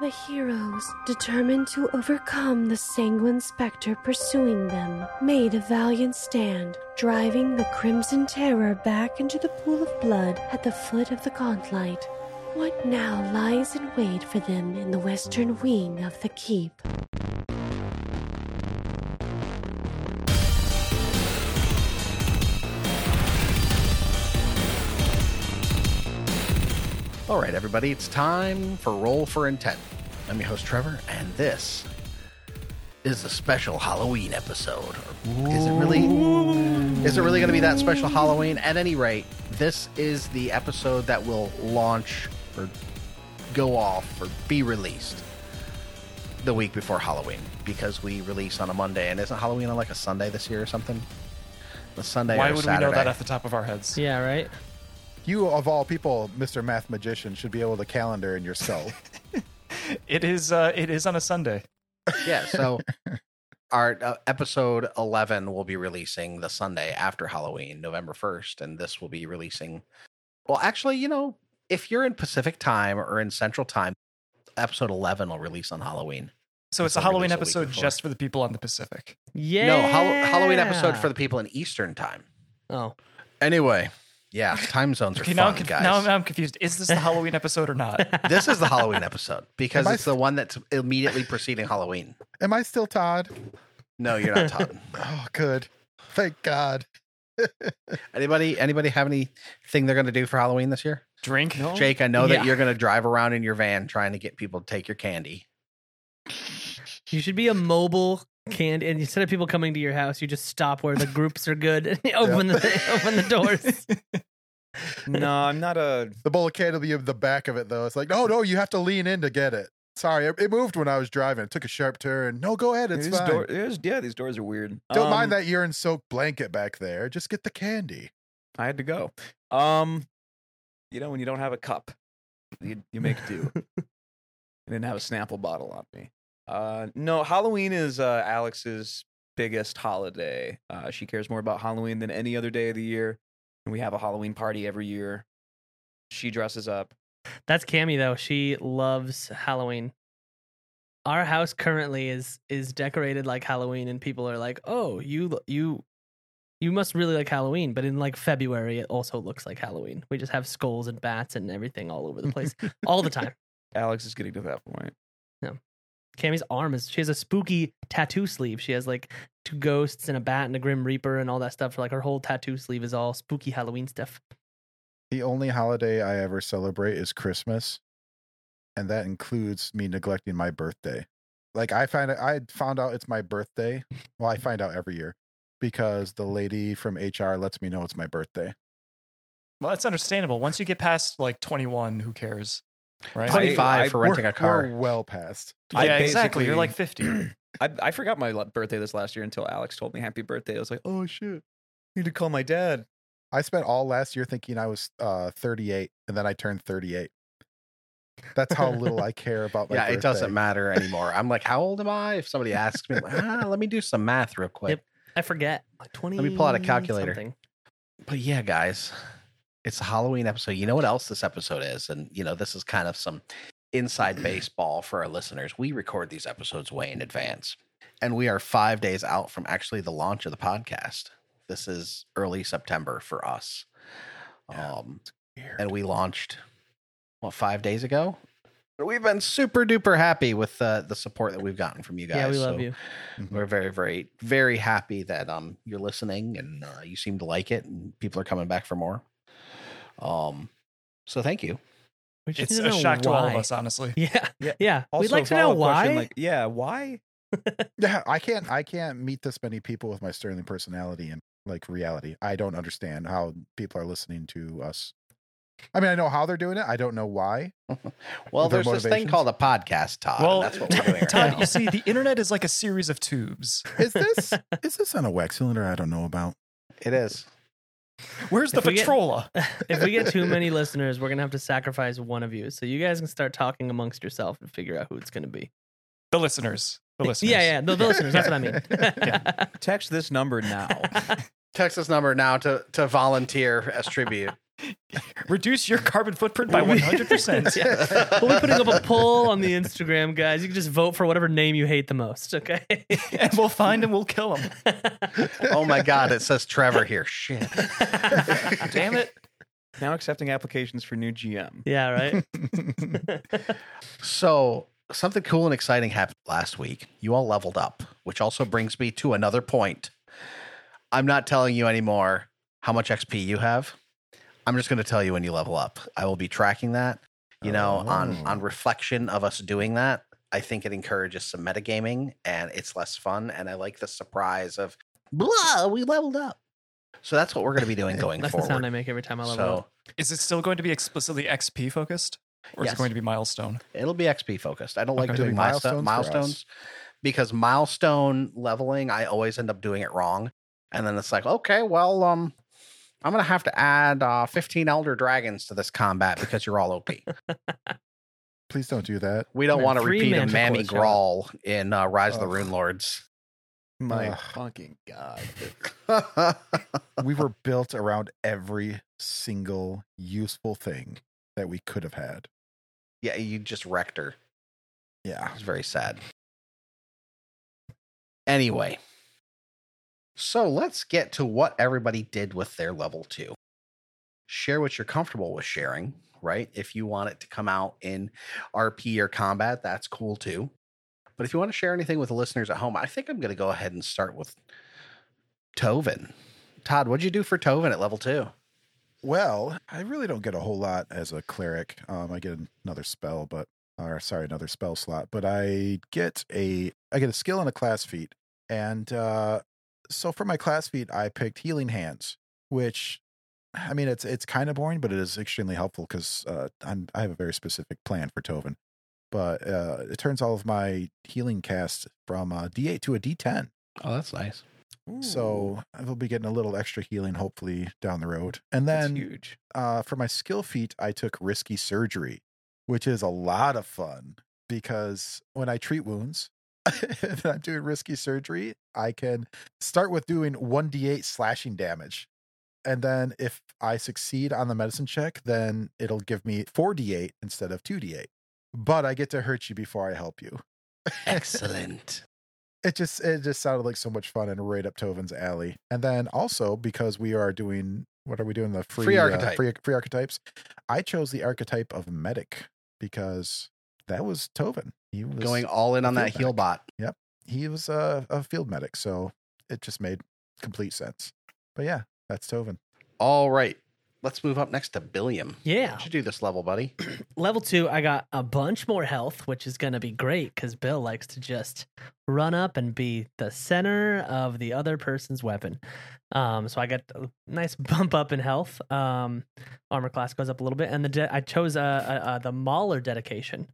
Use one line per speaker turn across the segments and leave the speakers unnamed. The heroes, determined to overcome the sanguine specter pursuing them, made a valiant stand, driving the Crimson Terror back into the pool of blood at the foot of the gauntlet. What now lies in wait for them in the western wing of the keep?
All right, everybody, it's time for Roll for Intent. I'm your host, Trevor, and this is a special Halloween episode. Or Is it really? Is it really going to be that special Halloween? At any rate, this is the episode that will launch or go off or be released the week before Halloween because we release on a Monday, and isn't Halloween on like a Sunday this year or something? The Sunday.
Why
or
would
Saturday.
we know that off the top of our heads?
Yeah, right?
You, of all people, Mr. Math Magician, should be able to calendar in yourself.
It is. Uh, it is on a Sunday.
yeah so our uh, episode 11 will be releasing the sunday after halloween november 1st and this will be releasing well actually you know if you're in pacific time or in central time episode 11 will release on halloween
So it's
So
a Halloween
release a week
episode
before.
just for the people on the Pacific.
Yeah.
no Hall- halloween episode for the people in eastern time
Oh.
anyway yeah time zones are
Okay,
fun
now, I'm conf-
guys
now I'm- I'm confused. Is this the Halloween episode or not?
this is the halloween episode because
Am I
it's the one that's immediately preceding halloween
Am I still Todd?
no you're not todd
Oh, good. Thank God.
anybody anybody have anything they're going to do for halloween this year
Drink? No.
Jake, I know that
Oh, Yeah.
you're going to drive around in your van trying to get people to take your candy.
You should be a mobile can and instead of people coming to your house, you just stop where the groups are good and open the open the doors.
no, I'm not a.
The bullet candy will be in the back of it, though. It's like, no, no, you have to lean in to get it. Sorry, it, it moved when I was driving. It took a sharp turn. No, go ahead. It's
these
fine.
door- there's- yeah, these doors are weird.
Don't
Um,
mind that urine soaked blanket back there. Just get the candy.
I had to go. Um, you know, when you don't have a cup, you, you make do. I didn't have a Snapple bottle on me. Uh, no, Halloween is uh, Alex's biggest holiday. Uh, she cares more about Halloween than any other day of the year, and we have a Halloween party every year. She dresses up.
That's Cammy though. She loves Halloween. Our house currently is is decorated like Halloween and people are like, "Oh, you you you must really like Halloween." But in like February, it also looks like Halloween. We just have skulls and bats and everything all over the place all the time.
Alex is getting to that point.
Cammy's arm is she has a spooky tattoo sleeve. She has like two ghosts and a bat and a grim reaper and all that stuff. Like her whole tattoo sleeve is all spooky Halloween stuff.
The only holiday I ever celebrate is Christmas, and that includes me neglecting my birthday. Like I find I found out it's my birthday. Well, I find out every year because the lady from HR lets me know it's my birthday.
Well, that's understandable. Once you get past like 21, who cares? Right?
Twenty-
25
I-
for renting
we're,
a car.
we're well past.
yeah,
I
exactly. You're
basically-
like 50.
I, I forgot my la- birthday this last year until Alex told me happy birthday. I was like, oh shit, I need to call my dad.
I spent all last year thinking I was uh, 38, and then I turned 38. That's how little I care about my
yeah, it doesn't
birthday.
matter anymore. I'm like, how old am I? If somebody asks me, I'm like, ah, let me do some math real quick.
Yep. I forget. Like 20
me pull out a calculator.
something.
But yeah, guys, it's a Halloween episode. You know what else this episode is? And, you know, this is kind of some inside baseball for our listeners. We record these episodes way in advance, and we are five days out from actually the launch of the podcast. This is early September for us. Um, and we launched what five days ago. We've been super duper happy with uh, the support that we've gotten from you guys.
yeah, we love
So
you.
We're very, very, very happy that um you're listening and uh, you seem to like it, and people are coming back for more. Um, so thank you.
We just
It's
need
a
know
shock to all of
why.
us, honestly.
Yeah. Yeah.
Yeah.
We'd like to know
follow-up
why.
question, like, yeah, why?
Yeah, I can't. I can't meet this many people with my sterling personality and like reality. I don't understand how people are listening to us. I mean, I know how they're doing it. I don't know why.
Well,
Their
there's this thing
motivations?
called a podcast, Todd. and
Well,
Uh, that's what we're doing. Right
Todd,
now.
you see, the internet is like a series of tubes.
Is this is this on a wax cylinder? I don't know about.
It is.
Where's the
If we get-
Patrola?
if we get too many listeners, we're going to have to sacrifice one of you. So you guys can start talking amongst yourself and figure out who it's going to be.
The listeners. The listeners.
Yeah, yeah. The, the listeners. That's what I mean.
Text this number now.
Text this number now to to volunteer as tribute.
Reduce your carbon footprint by 100%.
Yeah.
We'll be putting up a poll on the Instagram, guys. You can just vote for whatever name you hate the most, okay?
and we'll find him, we'll kill him.
oh my god, it says Trevor here. Shit.
Damn it. Now accepting applications for new GM.
yeah, right?
So something cool and exciting happened last week. You all leveled up, which also brings me to another point. I'm not telling you anymore how much XP you have. I'm just going to tell you when you level up. I will be tracking that. You know, on
Oh.
on reflection of us doing that, I think it encourages some metagaming and it's less fun. And I like the surprise of blah, we leveled up. So that's what we're going to be doing going
That's the
forward.
sound I make every time I level
so
up.
Is it still going to be explicitly XP focused? Or is
Yes.
it going to be milestone?
It'll be XP focused. I don't like
Okay.
doing
It'll be
milestone,
milestones for us.
milestones because milestone leveling, I always end up doing it wrong. And then it's like, okay, well, um, I'm gonna have to add uh, 15 elder dragons to this combat because you're all OP.
Please don't do that.
We don't
Man,
want to
three
repeat a
manticores,
Mammy
yeah.
Grawl in uh, Rise of the
Ugh.
Rune Lords.
My
Ugh.
fucking God.
We were built around every single useful thing that we could have had.
yeah, you just wrecked her.
Yeah.
It's very sad. Anyway, so let's get to what everybody did with their level two. Share what you're comfortable with sharing, right? If you want it to come out in RP or combat, that's cool too. But if you want to share anything with the listeners at home, I think I'm going to go ahead and start with Tovin. Todd, what'd you do for Tovin at level two?
Well, I really don't get a whole lot as a cleric. Um, I get another spell, but or sorry, another spell slot, but I get a I get a skill and a class feat. And uh, so for my class feat, I picked Healing Hands, which I mean it's it's kind of boring, but it is extremely helpful because uh, I'm I have a very specific plan for Tovin. But uh, it turns all of my healing cast from a D8 to a D10.
Oh, that's nice.
So I will be getting a little extra healing hopefully down the road. And
that's
then
huge.
uh, for my skill feat, I took risky surgery, which is a lot of fun because when I treat wounds and I'm doing risky surgery, I can start with doing 1d8 slashing damage. And then if I succeed on the medicine check, then it'll give me 4d8 instead of 2d8. But I get to hurt you before I help you.
Excellent.
It just it just sounded like so much fun and right up Tovin's alley. And then also because we are doing what are we doing the free
Free
uh,
archetype.
free, free archetypes. I chose the archetype of medic because that was Tovin. He was
Going all in on that
Feedback.
heel bot.
he was a, a field medic, so it just made complete sense. But yeah, that's Tovin.
All right. Let's move up next to Billiam.
Yeah.
What'd you do this level, buddy?
Level two, I got a bunch more health, which is going to be great because Bill likes to just run up and be the center of the other person's weapon. Um, so I got a nice bump up in health. Um, armor class goes up a little bit, and the de- I chose uh, uh, uh, the Mauler dedication,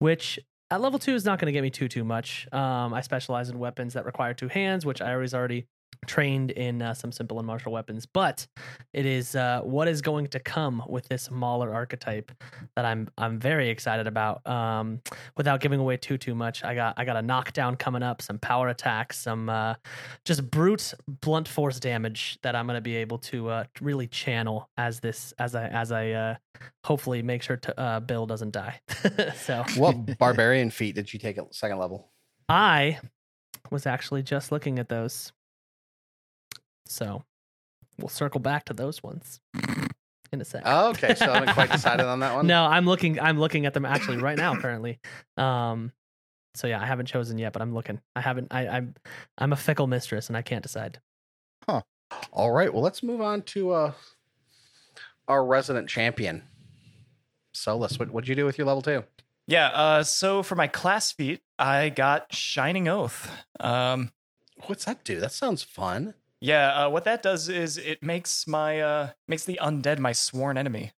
which at Uh, level two is not going to get me too too much. Um, I specialize in weapons that require two hands, which I always already trained in uh, some simple and martial weapons. But it is uh, what is going to come with this Mauler archetype that I'm I'm very excited about. Um, without giving away too too much, I got I got a knockdown coming up, some power attacks, some uh, just brute blunt force damage that I'm going to be able to uh, really channel as this as I as I uh, hopefully make sure to, uh, Bill doesn't die. so
What barbarian feat did you take at second level?
I was actually just looking at those, so we'll circle back to those ones in a sec.
Oh, okay, so I haven't quite decided on that one.
No, I'm looking. I'm looking at them actually right now. Currently, um, so yeah, I haven't chosen yet, but I'm looking. I haven't. I, I'm I'm a fickle mistress, and I can't decide.
All right, well, let's move on to uh, our resident champion, Solus. What, what'd you do with your level two?
Yeah. Uh, so for my class feat, I got Shining Oath. Um,
What's that do? That sounds fun.
yeah. Uh, what that does is it makes my uh, makes the undead my sworn enemy.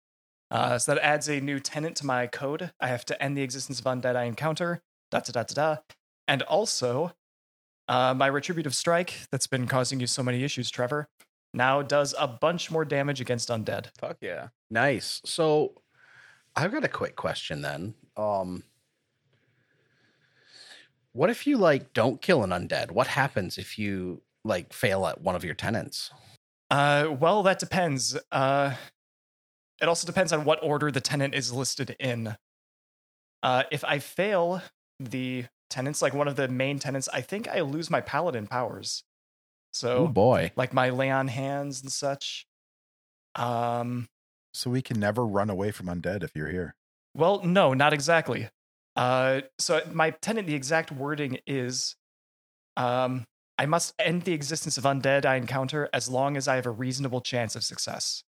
Uh, so that adds a new tenant to my code. I have to end the existence of undead I encounter. Da da da da da. And also, uh, my retributive strike that's been causing you so many issues, Trevor, now does a bunch more damage against undead.
Fuck yeah.
Nice. So I've got a quick question then. Um, what if you like don't kill an undead? What happens if you like fail at one of your tenants?
Uh, well, that depends. Uh, It also depends on what order the tenant is listed in. Uh, if I fail the tenants, like one of the main tenants, I think I lose my paladin powers. So
Oh boy.
like my lay on hands and such. Um,
So we can never run away from undead if you're here.
well, no, not exactly. Uh, so my tenant, the exact wording is, um, I must end the existence of undead I encounter as long as I have a reasonable chance of success.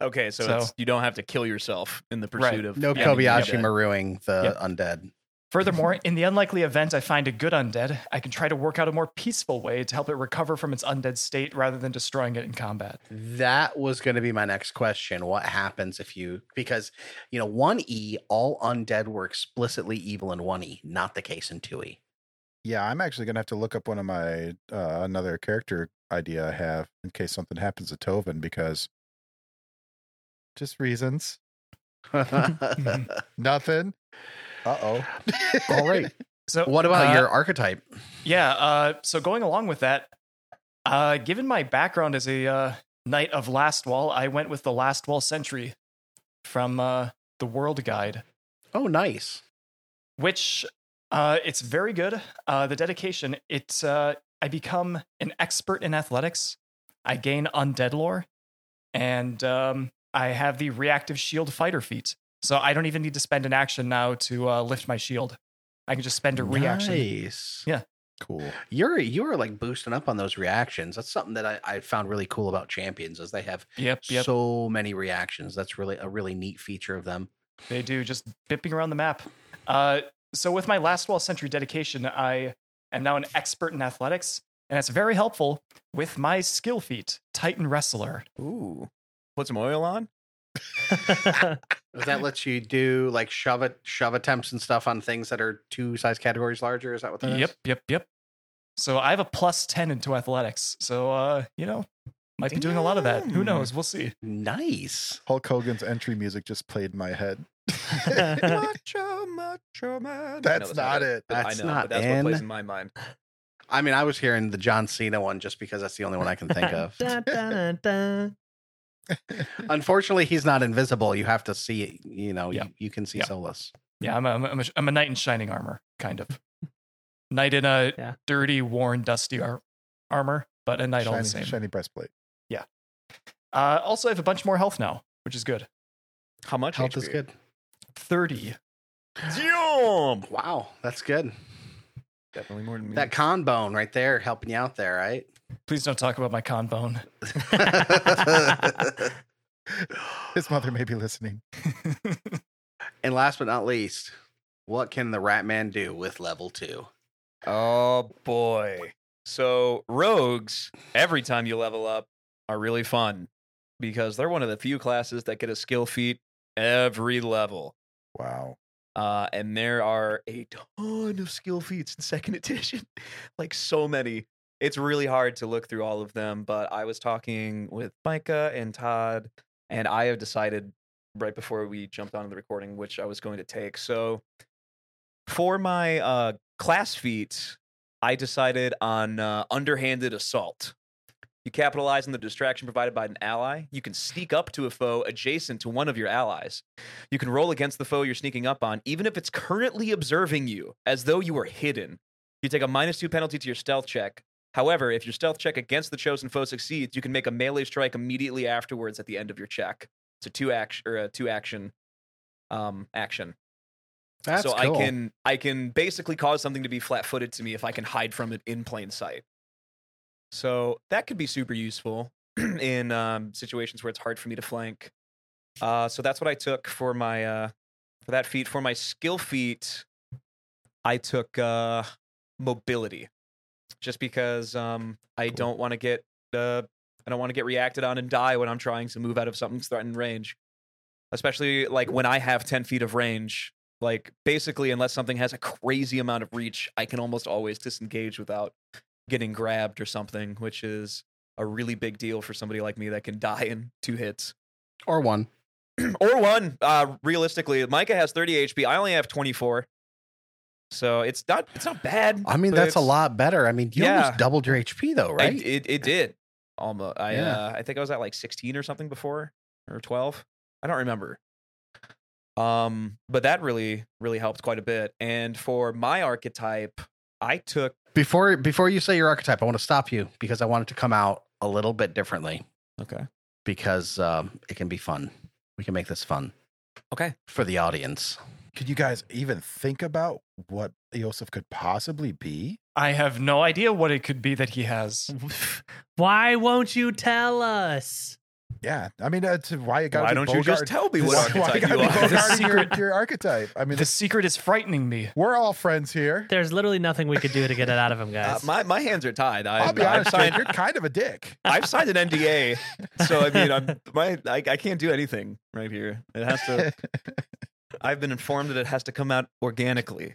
Okay, so,
So-
it's, you don't have to kill yourself in the pursuit
Right.
of
No
ending the
Kobayashi
undead.
maruing the
Yep.
undead.
Furthermore, in the unlikely event I find a good undead, I can try to work out a more peaceful way to help it recover from its undead state rather than destroying it in combat.
That was going to be my next question. What happens if you because you know 1E all undead were explicitly evil in 1E, not the case in E. 2E.
Yeah, I'm actually gonna have to look up one of my uh, another character idea I have in case something happens to Tovin because just reasons.
Mm-hmm.
Nothing. Uh oh.
all right.
So
What about
uh,
your archetype?
Yeah. Uh, so going along with that, uh, given my background as a uh, knight of Last Wall, I went with the Last Wall Sentry from uh, the World Guide,
Oh, nice.
which uh, it's very good. Uh, the dedication. It's uh, I become an expert in athletics. I gain undead lore, and um, I have the reactive shield fighter feat. So I don't even need to spend an action now to uh, lift my shield. I can just spend a reaction.
Nice.
Yeah.
Cool.
You're you're like boosting up on those reactions. That's something that I, I found really cool about champions is they have
Yep, yep.
so many reactions. That's really a really neat feature of them.
They do, just bipping around the map. Uh, so, with my Last Wall Century dedication, I am now an expert in athletics, and it's very helpful with my skill feat, Titan Wrestler.
Ooh, put some oil on.
That lets you do like shove it, shove attempts and stuff on things that are two size categories larger. Is that what that is?
Yep, yep, yep. So, I have a plus 10 into athletics. So, uh, you know, might be doing a lot of that. Who
Damn.
knows? We'll see.
Nice.
Hulk Hogan's entry music just played in my head.
macho, macho man. I know
That's not it.
but
That's
I know,
not
but that's what plays
in.
in my mind.
I mean, I was hearing the John Cena one just because that's the only one I can think of.
Dun, dun, dun,
Unfortunately, he's not invisible. You have to see it. You know,
Yeah.
you, you can see
Yeah.
Solus.
Yeah, I'm a, I'm a, I'm a knight in shining armor, kind of. Knight in a
Yeah.
dirty, worn, dusty ar- armor, but a knight all the
Shiny,
same.
shiny breastplate.
Uh, also, I have a bunch more health now, which is good.
How much
Health is
HP?
good.
30
Damn.
Wow, that's good.
Definitely more than me.
That con bone right there helping you out there, right?
Please don't talk about my con bone.
His mother may be listening.
and last but not least, what can the rat man do with level two?
Oh boy. So rogues, every time you level up, are really fun because they're one of the few classes that get a skill feat every level.
Wow.
Uh, and there are a ton of skill feats in second edition, like so many. It's really hard to look through all of them, but I was talking with Micah and Todd, and I have decided right before we jumped onto the recording which I was going to take. So for my uh, class feats, I decided on uh, underhanded assault. You capitalize on the distraction provided by an ally. You can sneak up to a foe adjacent to one of your allies. You can roll against the foe you're sneaking up on, even if it's currently observing you, as though you were hidden. You take a minus two penalty to your stealth check. However, if your stealth check against the chosen foe succeeds, you can make a melee strike immediately afterwards at the end of your check. It's a two action or a two action um, action.
That's
so I can I can basically cause something to be flat footed to me if I can hide from it in plain sight. So that could be super useful in um, situations where it's hard for me to flank. Uh, so that's what I took for my uh, for that feat. For my skill feat, I took uh, mobility, just because um, I don't want to get uh, I don't want to get reacted on and die when I'm trying to move out of something's threatened range, especially like when I have ten feet of range. Like basically, unless something has a crazy amount of reach, I can almost always disengage without getting grabbed or something, which is a really big deal for somebody like me that can die in two hits
or one.
or one. Uh, realistically, Micah has 30 HP. I only have 24, so it's not it's not bad.
I mean,
but
that's a
it's-
lot better. I mean, you
Yeah.
almost doubled your HP though,
I-
right?
it it did almost. I
Yeah.
uh, I think I was at like 16 or something before. or 12. I don't remember. Um, but that really, really helped quite a bit. And for my archetype, I took
Before before you say your archetype, I want to stop you because I want it to come out a little bit differently
okay,
because um, it can be fun. We can make this fun
okay,
for the audience.
Could you guys even think about what Eosif could possibly be?
I have no idea what it could be that he has.
Hmm. Why won't you tell us?
Yeah, I mean that's why you got.
Why don't you just tell me what
why
archetype
it gotta
you
be
are?
The
Bogart your-
secret-
your, archetype. I mean,
The secret is frightening me.
we're all friends here.
There's literally nothing we could do to get it out of him,
Uh,
guys.
my my hands are tied. I,
I'll be
I've
honest, Jake,
signed
you're kind of a dick.
I've signed an NDA, so I mean I'm my I, I can't do anything right here. It has to. I've been informed that it has to come out organically.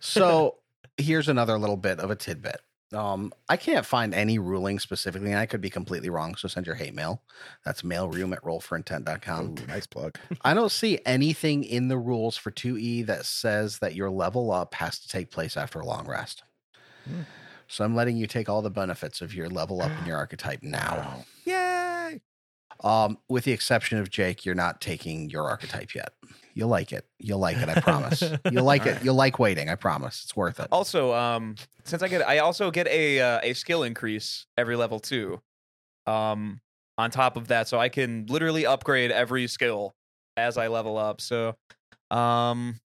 So here's another little bit of a tidbit. Um, I can't find any ruling specifically, and I could be completely wrong. So send your hate mail. That's mailroom at rollforintent.com.
Ooh, nice plug.
I don't see anything in the rules for 2E that says that your level up has to take place after a long rest.
Hmm.
So I'm letting you take all the benefits of your level up and your archetype now.
Yay!
Um, with the exception of Jake, you're not taking your archetype yet. You'll like it. You'll like it. I promise. You'll like
All
it.
right.
You'll like waiting. I promise. It's worth it.
Also, um, since I get I also get a uh, a skill increase every level too, um, on top of that, so I can literally upgrade every skill as I level up. So, um,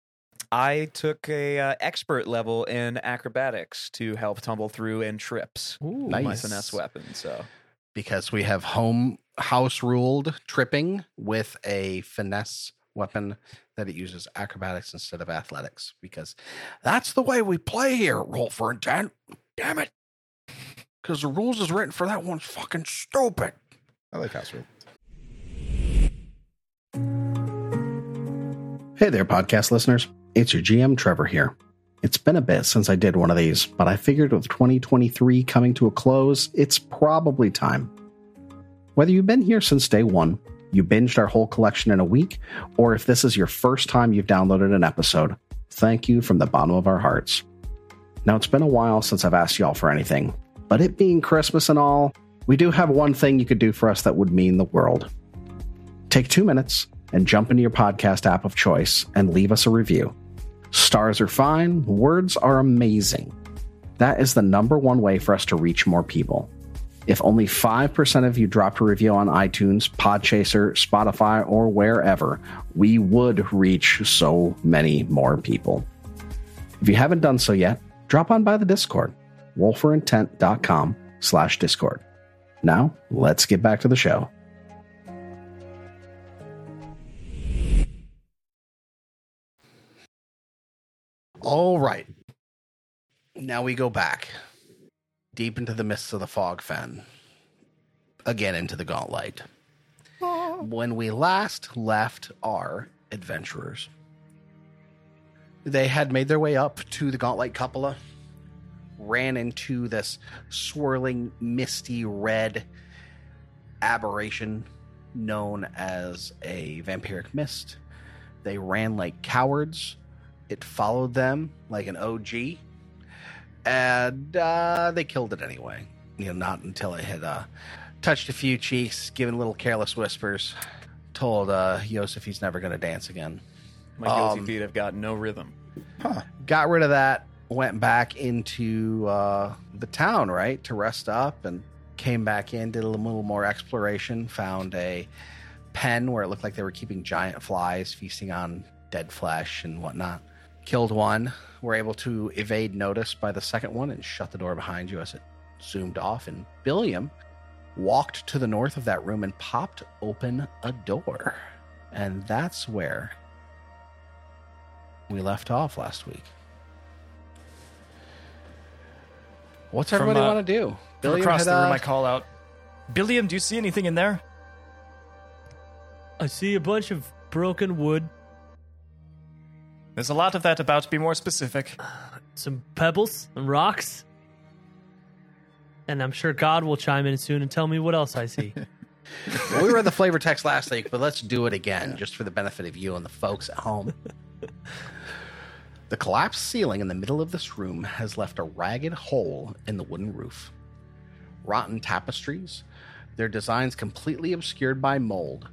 I took a uh, expert level in acrobatics to help tumble through and trips.
Ooh,
with My
Nice.
finesse weapon. So
because we have home house ruled tripping with a finesse weapon that it uses acrobatics instead of athletics because that's the way we play here at roll for intent damn it because the rules is written for that one's fucking stupid
I like house rule.
Hey there, podcast listeners. It's your GM, Trevor, here. It's been a bit since I did one of these, but I figured with 2023 coming to a close, it's probably time. Whether you've been here since day one, you binged our whole collection in a week, or if this is your first time you've downloaded an episode, thank you from the bottom of our hearts. Now, it's been a while since I've asked y'all for anything, but it being Christmas and all, we do have one thing you could do for us that would mean the world. Take two minutes and jump into your podcast app of choice and leave us a review. Stars are fine, words are amazing. That is the number one way for us to reach more people. If only 5% of you dropped a review on iTunes, Podchaser, Spotify, or wherever, we would reach so many more people. If you haven't done so yet, drop on by the Discord, wolferintent.com slash Discord. Now, let's get back to the show. All right. Now we go back deep into the mists of the fog fen, again into the gauntlet. When we last left our adventurers, they had made their way up to the gauntlet cupola, ran into this swirling, misty red aberration known as a vampiric mist. They ran like cowards it followed them like an OG, and uh, they killed it anyway. You know, not until it had uh, touched a few cheeks, given little careless whispers, told uh, Yosef he's never going to dance again.
my guilty
Um,
feet have got no rhythm.
Got rid of that, went back into uh, the town, right, to rest up, and came back in, did a little more exploration, found a pen where it looked like they were keeping giant flies, feasting on dead flesh and whatnot. Killed one, were able to evade notice by the second one and shut the door behind you as it zoomed off. And Billiam walked to the north of that room and popped open a door. And that's where we left off last week. What's
From,
everybody
uh,
want to do?
From
Billiam
across
had,
the room,
uh,
I call out, Billiam, do you see anything in there?
I see a bunch of broken wood,
There's a lot of that about. Be more specific.
some pebbles, and rocks. And I'm sure God will chime in soon and tell me what else I see.
Well, we read the flavor text last week, but let's do it again just for the benefit of you and the folks at home. the collapsed ceiling in the middle of this room has left a ragged hole in the wooden roof. Rotten tapestries, their designs completely obscured by mold,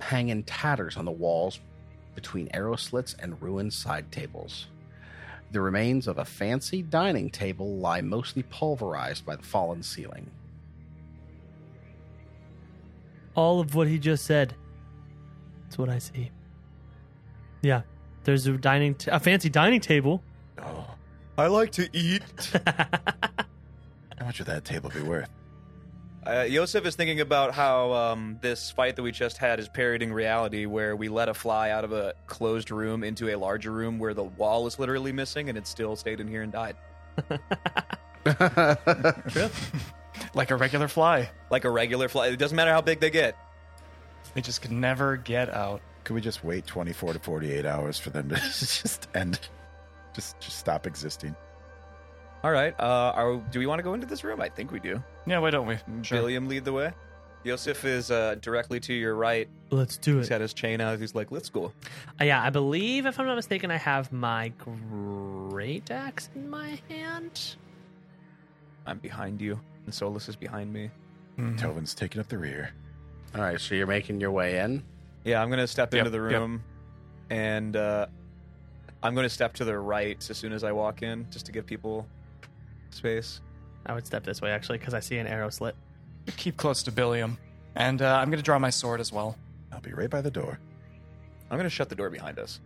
hang in tatters on the walls between arrow slits and ruined side tables. The remains of a fancy dining table lie mostly pulverized by the fallen ceiling.
All of what he just said. That's what I see. Yeah, there's a dining, t- a fancy dining table.
I like to eat.
How much would that table be worth?
Uh, Yosef is thinking about how um, this fight that we just had is parodying reality, where we let a fly out of a closed room into a larger room where the wall is literally missing, and it still stayed in here and died,
Like a regular fly.
like a regular fly. It doesn't matter how big they get.
They just could never get out.
Could we just wait 24 to 48 hours for them to just end? Just just stop existing.
All right, uh, are, do we want to go into this room? I think we do.
Yeah, why don't we?
William, lead the way. Yosef is uh, directly to your right.
Let's do
He's had his chain out. He's like, "Let's go."
Uh, yeah, I believe, if I'm not mistaken, I have my great axe in my hand.
I'm behind you, and Solus is behind me.
Mm-hmm.
Mhm.
Tovin's taking up the rear.
All right, so you're making your way in.
Yeah, I'm gonna step
Yep,
into the
yep.
room, and uh, I'm gonna step to the right as soon as I walk in, just to give people space.
I would step this way actually because I see an arrow slit.
Keep close to Billiam. And uh, I'm going to draw my sword as well.
I'll be right by the door.
I'm gonna shut the door behind us.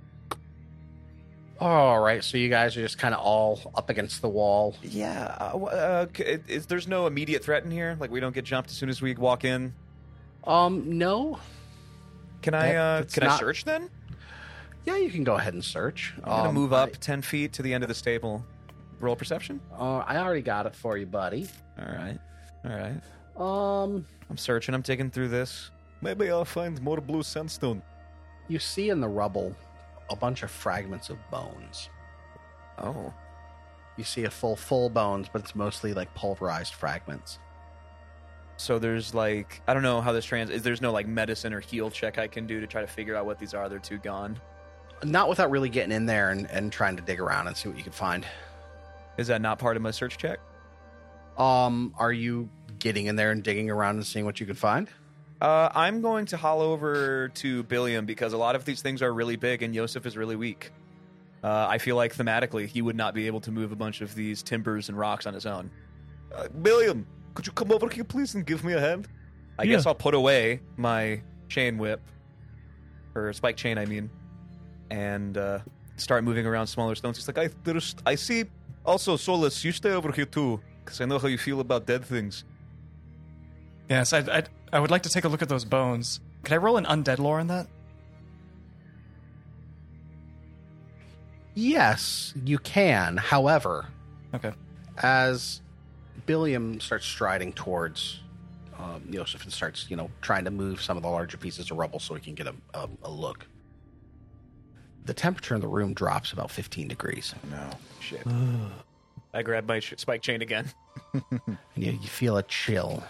All right, so you guys are just kind of all up against the wall.
Yeah, uh, wh- uh, c- it- is, there's no immediate threat in here. Like we don't get jumped as soon as we walk in.
Um, no.
Can I?
That-
uh,
that's
can I
not-
search then?
Yeah, you can go ahead and search.
I'm gonna
Um,
move up ten feet to the end of the stable. Roll perception.
I, uh, I already got it for you, buddy.
All right, all right.
Um,
I'm searching. I'm digging through this. Maybe I'll find more blue sandstone.
you see in the rubble a bunch of fragments of bones.
Oh,
You see a full full bones, but it's mostly like pulverized fragments.
So there's like I don't know how this trans is. There's no like medicine or heal check I can do to try to figure out what these are. They're too gone.
Not without really getting in there and, and trying to dig around and see what you can find.
Is that not part of my search check?
Um, are you getting in there and digging around and seeing what you can find?
Uh, I'm going to haul over to Billiam because a lot of these things are really big and Yosef is really weak. Uh, I feel like thematically he would not be able to move a bunch of these timbers and rocks on his own. Uh, Billiam, could you come over here please and give me a hand? I
Yeah.
guess I'll put away my chain whip or spike chain, I mean, and uh, start moving around smaller stones. He's like, I there's, I see. Also, Solus, you stay over here too because I know how you feel about dead things.
Yes, I, I, I would like to take a look at those bones. Could I roll an undead lore on that?
Yes, you can. However,
Okay.
as Billiam starts striding towards um, Yosef and starts, you know, trying to move some of the larger pieces of rubble so he can get a, a, a look, the temperature in the room drops about 15 degrees.
No.
Shit. I grabbed my sh- spike chain again.
And you, you feel a chill.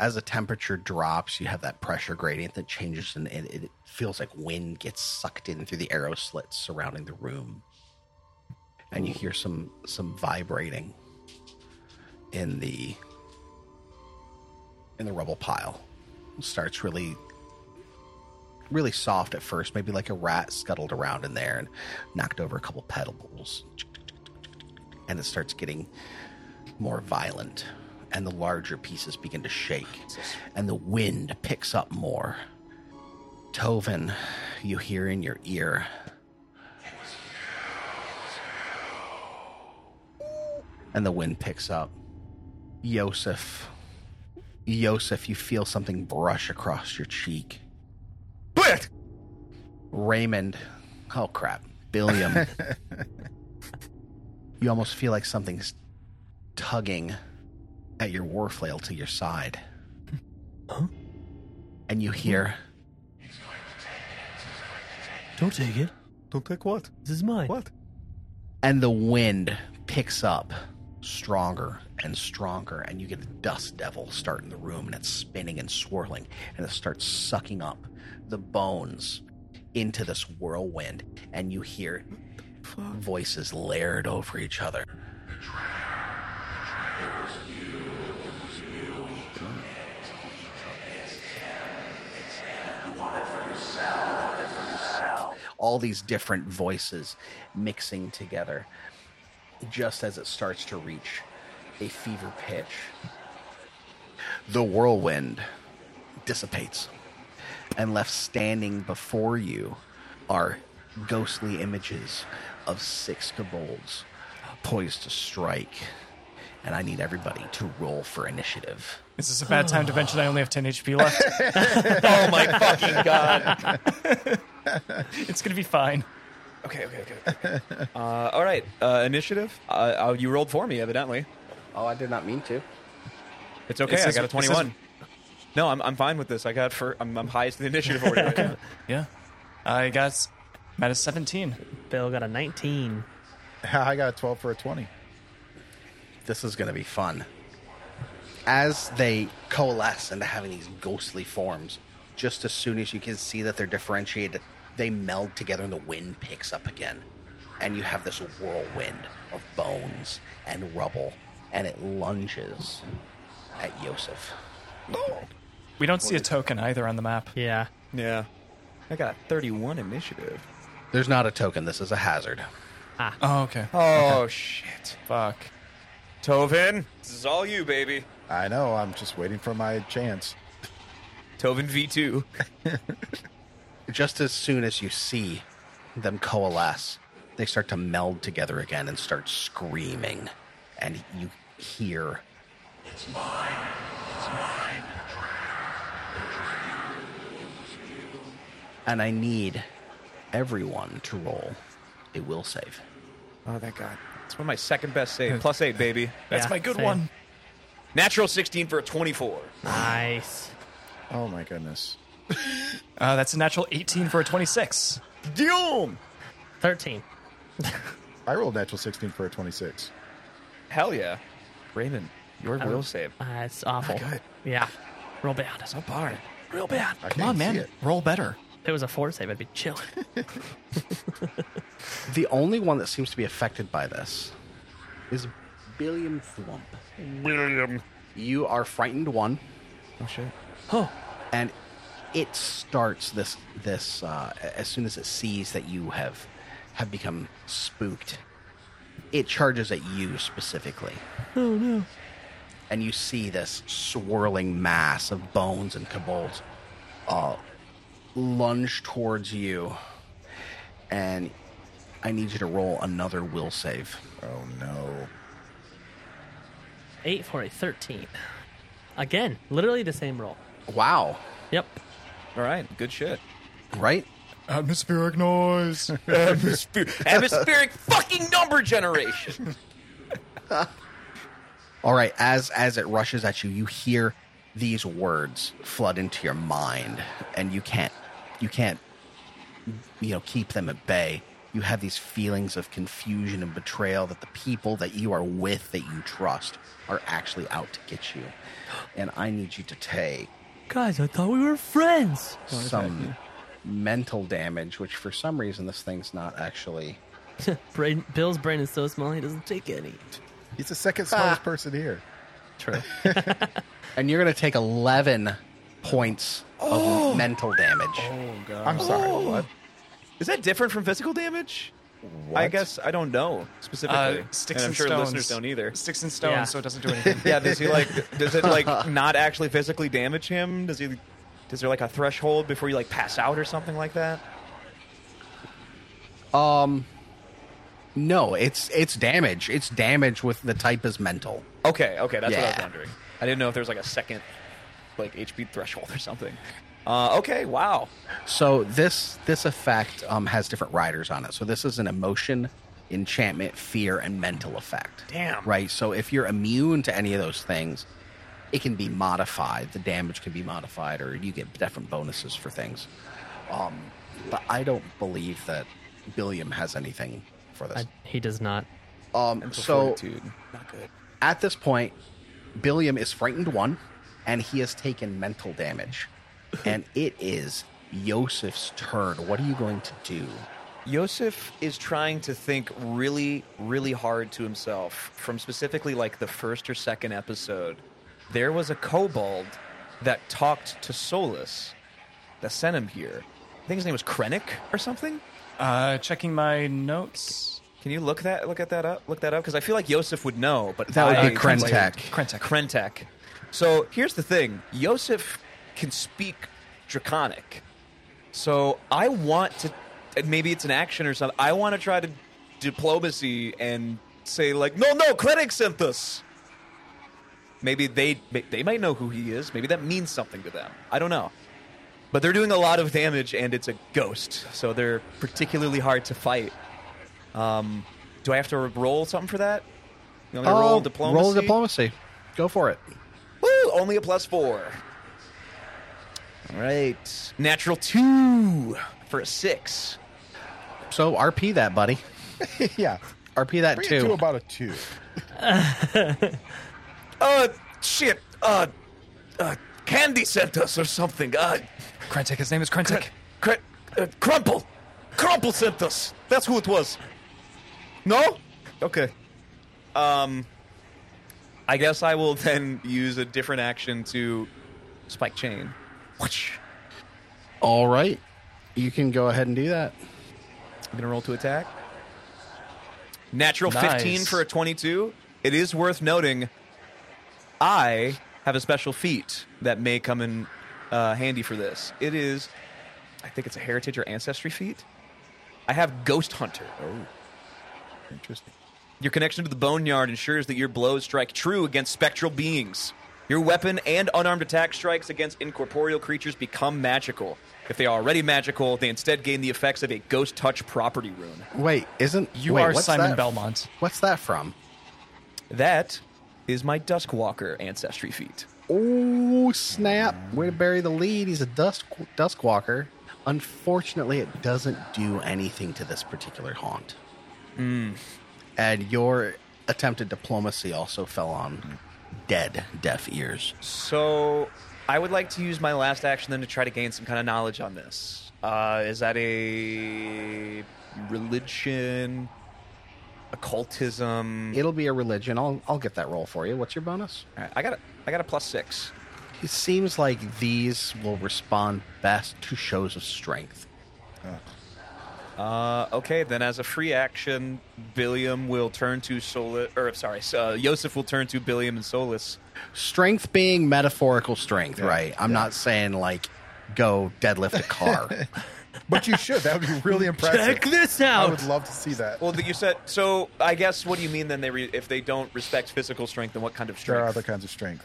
As the temperature drops, you have that pressure gradient that changes, and it, it feels like wind gets sucked in through the arrow slits surrounding the room. And you hear some some vibrating in the in the rubble pile. It starts really really soft at first, maybe like a rat scuttled around in there and knocked over a couple petals. And it starts getting more violent, and the larger pieces begin to shake, and the wind picks up more. Tovin, you hear in your ear. And the wind picks up. Yosef. Yosef, you feel something brush across your cheek.
But
Raymond. Oh, crap. Billiam. you almost feel like something's tugging at your warflail to your side. And you hear,
Don't take it.
don't take what?
This is mine.
What?
and the wind picks up stronger and stronger, and you get a dust devil start in the room, and it's spinning and swirling, and it starts sucking up the bones into this whirlwind, and you hear voices layered over each other. all these different voices mixing together just as it starts to reach a fever pitch. The whirlwind dissipates and left standing before you are ghostly images of six kobolds poised to strike. And I need everybody to roll for initiative.
Is this a bad time to mention I only have 10 HP left?
Oh my fucking god.
it's going to be fine.
Okay, okay, okay. okay. Uh, all right, uh, initiative. Uh, oh, you rolled for me, evidently.
Oh, I did not mean to.
It's okay.
It
I
says-
got a
it says-
twenty-one. No, I'm I'm fine with this. I got for I'm, I'm highest in the initiative order. Right now.
Yeah. I got s- Matt is 17.
Bill got a 19.
I got a 12 for a 20.
This is going to be fun. As they coalesce into having these ghostly forms, just as soon as you can see that they're differentiated, they meld together and the wind picks up again. And you have this whirlwind of bones and rubble, and it lunges at Yosef.
We don't see a token either on the map.
Yeah.
Yeah, I got a thirty-one initiative.
There's not a token. This is a hazard.
Oh, okay.
Oh shit,
Fuck.
Tovin, this is all you, baby.
I know. I'm just waiting for my chance.
Tovin V two.
just as soon as you see them coalesce, they start to meld together again and start screaming. And you hear. It's mine. It's mine. And I need everyone to roll a will save.
Oh thank God, it's one of my second best saves. Plus eight, baby.
That's
Yeah,
my good
same.
one.
Natural sixteen for a twenty-four.
Nice.
Oh my goodness.
Uh, that's a natural 18 for a 26.
Doom.
13.
I rolled natural 16 for a 26.
Hell yeah, Raymond, your will save.
Uh, it's awful.
God.
Yeah. Roll beyond.
So far,
Real bad.
I
Come on,
can't see
man.
it.
Roll better.
If it was a four save, I'd be chilling.
The only one that seems to be affected by this is Billiam Thwomp.
William.
You are frightened one.
Oh shit.
and it starts this this uh, as soon as it sees that you have have become spooked it charges at you specifically oh no and you see this swirling mass of bones and kobolds uh, lunge towards you and i need you to roll another will save
Oh no.
Eight for a 13. Again, literally the same roll.
wow
Yep.
All right, good shit.
right
Atmospheric noise.
Atmospheric fucking number generation.
All right, as as it rushes at you, you hear these words flood into your mind, and you can't you can't you know keep them at bay. You have these feelings of confusion and betrayal that the people that you are with that you trust are actually out to get you. And I need you to take
Guys, I thought we were friends.
some mental damage, which for some reason this thing's not actually
brain, Bill's brain is so small he doesn't take any.
He's the second
Ah.
smartest person here.
True.
and you're gonna take eleven points of mental damage.
I'm sorry. What?
Is that different from physical damage? I
What?
guess I don't know
Uh,
specifically.
sticks
and I'm
and
sure
stones.
listeners don't either.
Sticks and stones,
Yeah.
so it doesn't do anything.
Yeah, does he like? Does it like not actually physically damage him? Does he? Is there like a threshold before you like pass out or something like that?
No, it's it's damage. It's damage with the type is mental.
Okay, okay, that's what I was
Yeah.
wondering. I didn't know if there was like a second, like HP threshold or something. Uh, okay, wow.
So this this effect um, has different riders on it. So this is an emotion, enchantment, fear, and mental effect.
Damn.
Right. So if you're immune to any of those things, it can be modified. The damage can be modified, or you get different bonuses for things. Um, but I don't believe that Billiam has anything for this.
I, he does not.
um, so
Fortitude. not good.
At this point, Billiam is frightened one, and he has taken mental damage. and it is Yosef's turn. What are you going to do?
Yosef is trying to think really, really hard to himself from specifically like the first or second episode. There was a kobold that talked to Solus that sent him here. I think his name was Krennic or something.
Uh, checking my notes.
Can you look that look at that up? Look that up because I feel like Yosef would know, but
That would
I-
be
it's like-
Krentek.
Krentek.
Krentek. So here's the thing: Yosef can speak Draconic. So I want to, and maybe it's an action or something. I want to try to diplomacy and say like, no, no, Krentek sent this. Maybe they they might know who he is. Maybe that means something to them. I don't know. But they're doing a lot of damage, and it's a ghost, so they're particularly hard to fight. Um, do I have to roll something for that? You want me to roll
Oh,
diplomacy?
Roll diplomacy. Go for it.
Woo! Only a plus four. All right. Natural two for a six.
So RP that, buddy.
yeah.
RP that
Bring it to
too.
about a two.
Uh, shit. Uh, uh, Candy sent us or something. Uh,
Krentek. His name is Krentek.
cr- uh, Crumple. Crumple sent us. That's who it was. No? Okay. Um, I guess I will then use a different action to spike chain. Whoosh.
All right. You can go ahead and do that.
I'm gonna roll to attack. Natural
Nice.
15 for a 22. It is worth noting, I have a special feat that may come in uh, handy for this. It is, I think it's a heritage or ancestry feat. I have Ghost Hunter.
Interesting.
Your connection to the Boneyard ensures that your blows strike true against spectral beings. Your weapon and unarmed attack strikes against incorporeal creatures become magical. If they are already magical, they instead gain the effects of a Ghost Touch property rune.
Wait, isn't
You
wait,
are
what's
Simon
that-
Belmont.
What's that from?
That is my Duskwalker ancestry feat.
Oh snap! Way to bury the lead. He's a dusk dusk walker. Unfortunately, it doesn't do anything to this particular haunt. And your attempted diplomacy also fell on dead deaf ears.
So I would like to use my last action then to try to gain some kind of knowledge on this. Uh, is that a religion, occultism?
It'll be a religion. I'll I'll get that roll for you. What's your bonus?
All right, I got a, I got a plus six.
It seems like these will respond best to shows of strength.
Uh, okay, then as a free action, Billiam will turn to Solis, or sorry, uh, Yosef will turn to Billiam and Solis.
Strength being metaphorical strength, right? I'm not saying like go deadlift a car.
But you should. That would be really impressive.
Check this
I
out.
would love to see that.
Well, you said so. I guess what do you mean then? They re- if they don't respect physical strength, then what kind of strength?
there are other kinds of strength.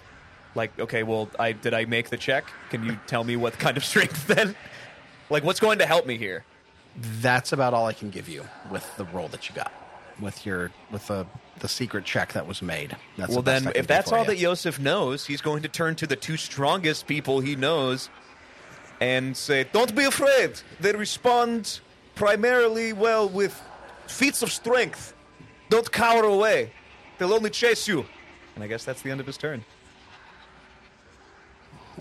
Like, okay, well, I did I make the check? Can you tell me what kind of strength then? Like, what's going to help me here?
that's about all I can give you with the roll that you got, with your with the the secret check that was made. That's
well,
the best
then,
I can
if
do
that's
for
all that Yosef knows, he's going to turn to the two strongest people he knows and say, "Don't be afraid. They respond primarily well with feats of strength. Don't cower away. They'll only chase you." And I guess that's the end of his turn.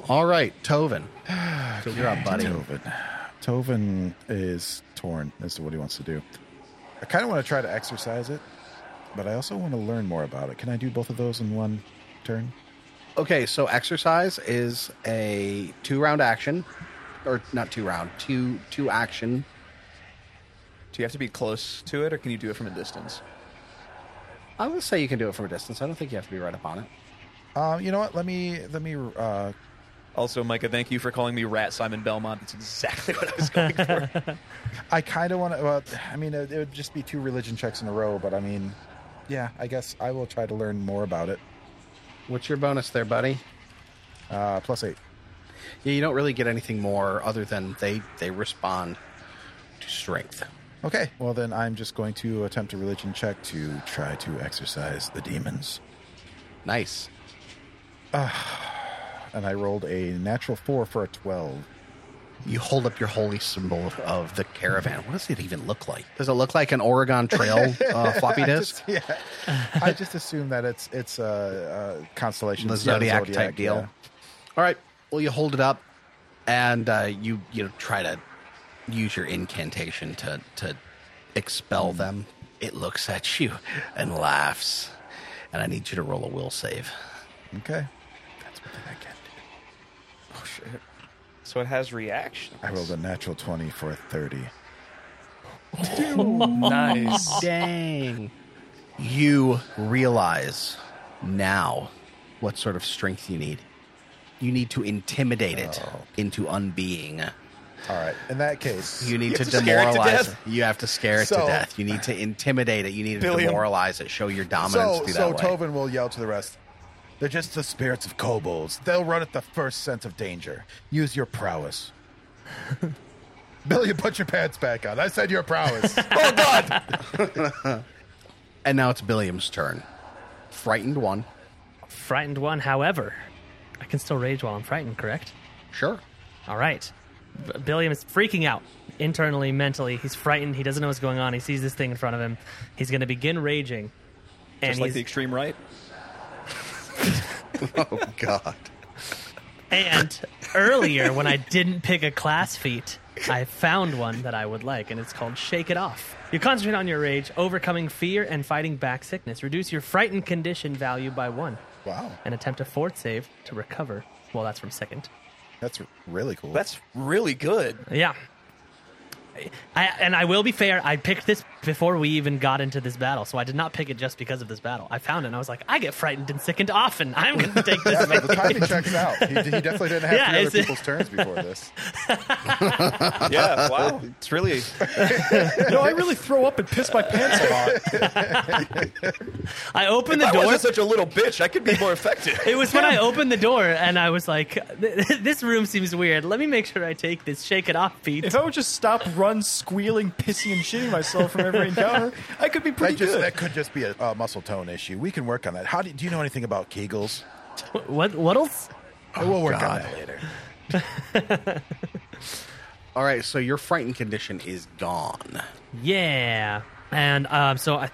all right, Tovin, you're up, buddy.
Tovin. Tovin is torn as to what he wants to do. I kind of want to try to exercise it, but I also want to learn more about it. Can I do both of those in one turn?
Okay, so exercise is a two round action, or not two round, two two action.
Do you have to be close to it, or can you do it from a distance?
I would say you can do it from a distance. I don't think you have to be right up on it.
Um, you know what? Let me let me uh,
Also, Micah, thank you for calling me Rat Simon Belmont. That's exactly what I was going for.
I kind of want to. Well, I mean, it, it would just be two religion checks in a row, but I mean, yeah, I guess I will try to learn more about it.
What's your bonus there, buddy?
Uh, plus eight.
Yeah, you don't really get anything more other than they they respond to strength.
Okay. Well, then I'm just going to attempt a religion check to try to exorcise the demons.
Nice.
And I rolled a natural four for a 12.
you hold up your holy symbol of, of the caravan. What does it even look like? Does it look like an Oregon Trail uh, floppy disk?
Yeah. I just assume that it's it's a, uh constellation.
The
It's not a
zodiac, type deal.
yeah.
All right. Well, you hold it up, and uh, you you try to use your incantation to to expel them. It looks at you and laughs, and I need you to roll a will save.
Okay. That's what I can do.
Oh, shit. So it has reaction.
I rolled a natural 20 for a 30.
nice.
Dang. You realize now what sort of strength you need. You need to intimidate it into unbeing.
All right. In that case,
You need
You
to,
have to scare it to
demoralize it.
death?
You have to scare it to
So-
death. You need to intimidate it. You need to
Billiam.
demoralize it. Show your dominance
so
through
so
that way.
Tobin will yell to the rest. They're just the spirits of kobolds. They'll run at the first sense of danger. Use your prowess. Billy, put your pants back on. I said your prowess.
And now it's Billiam's turn. Frightened one.
Frightened one, however, I can still rage while I'm frightened, correct?
Sure.
All right. B- Billiam is freaking out internally, mentally. He's frightened. He doesn't know what's going on. He sees this thing in front of him. He's going to begin raging. And
Just like
he's,
the extreme right.
Oh God.
and earlier, when I didn't pick a class feat, I found one that I would like, and it's called Shake It Off. You concentrate on your rage, overcoming fear, and fighting back sickness. Reduce your frightened condition value by one,
wow,
and attempt a fourth save to recover. Well, that's from second.
that's really cool.
That's really good.
Yeah. I, and I will be fair. I picked this before we even got into this battle, so I did not pick it just because of this battle. I found it, and I was like, I get frightened and sickened often. I'm going to take
yeah,
this.
no, the timing checks out. He, he definitely didn't have
Yeah,
three other
it's-
people's turns before this.
Yeah, wow. It's really
No, I really throw up and piss my pants a lot.
I opened the
I
door.
wasn't such a little bitch. I could be more effective.
It was when I opened the door, and I was like, "This room seems weird. Let me make sure I take this shake it off beat."
If I would just stop, run, squealing, pissing, and shitting myself from every encounter, I could be pretty
That just
good.
that could just be a uh, muscle tone issue. We can work on that. How do, do you know anything about Kegels?
What? What else?
we'll work
God.
on that later.
All right. So your frightened condition is gone.
Yeah. And um, so I,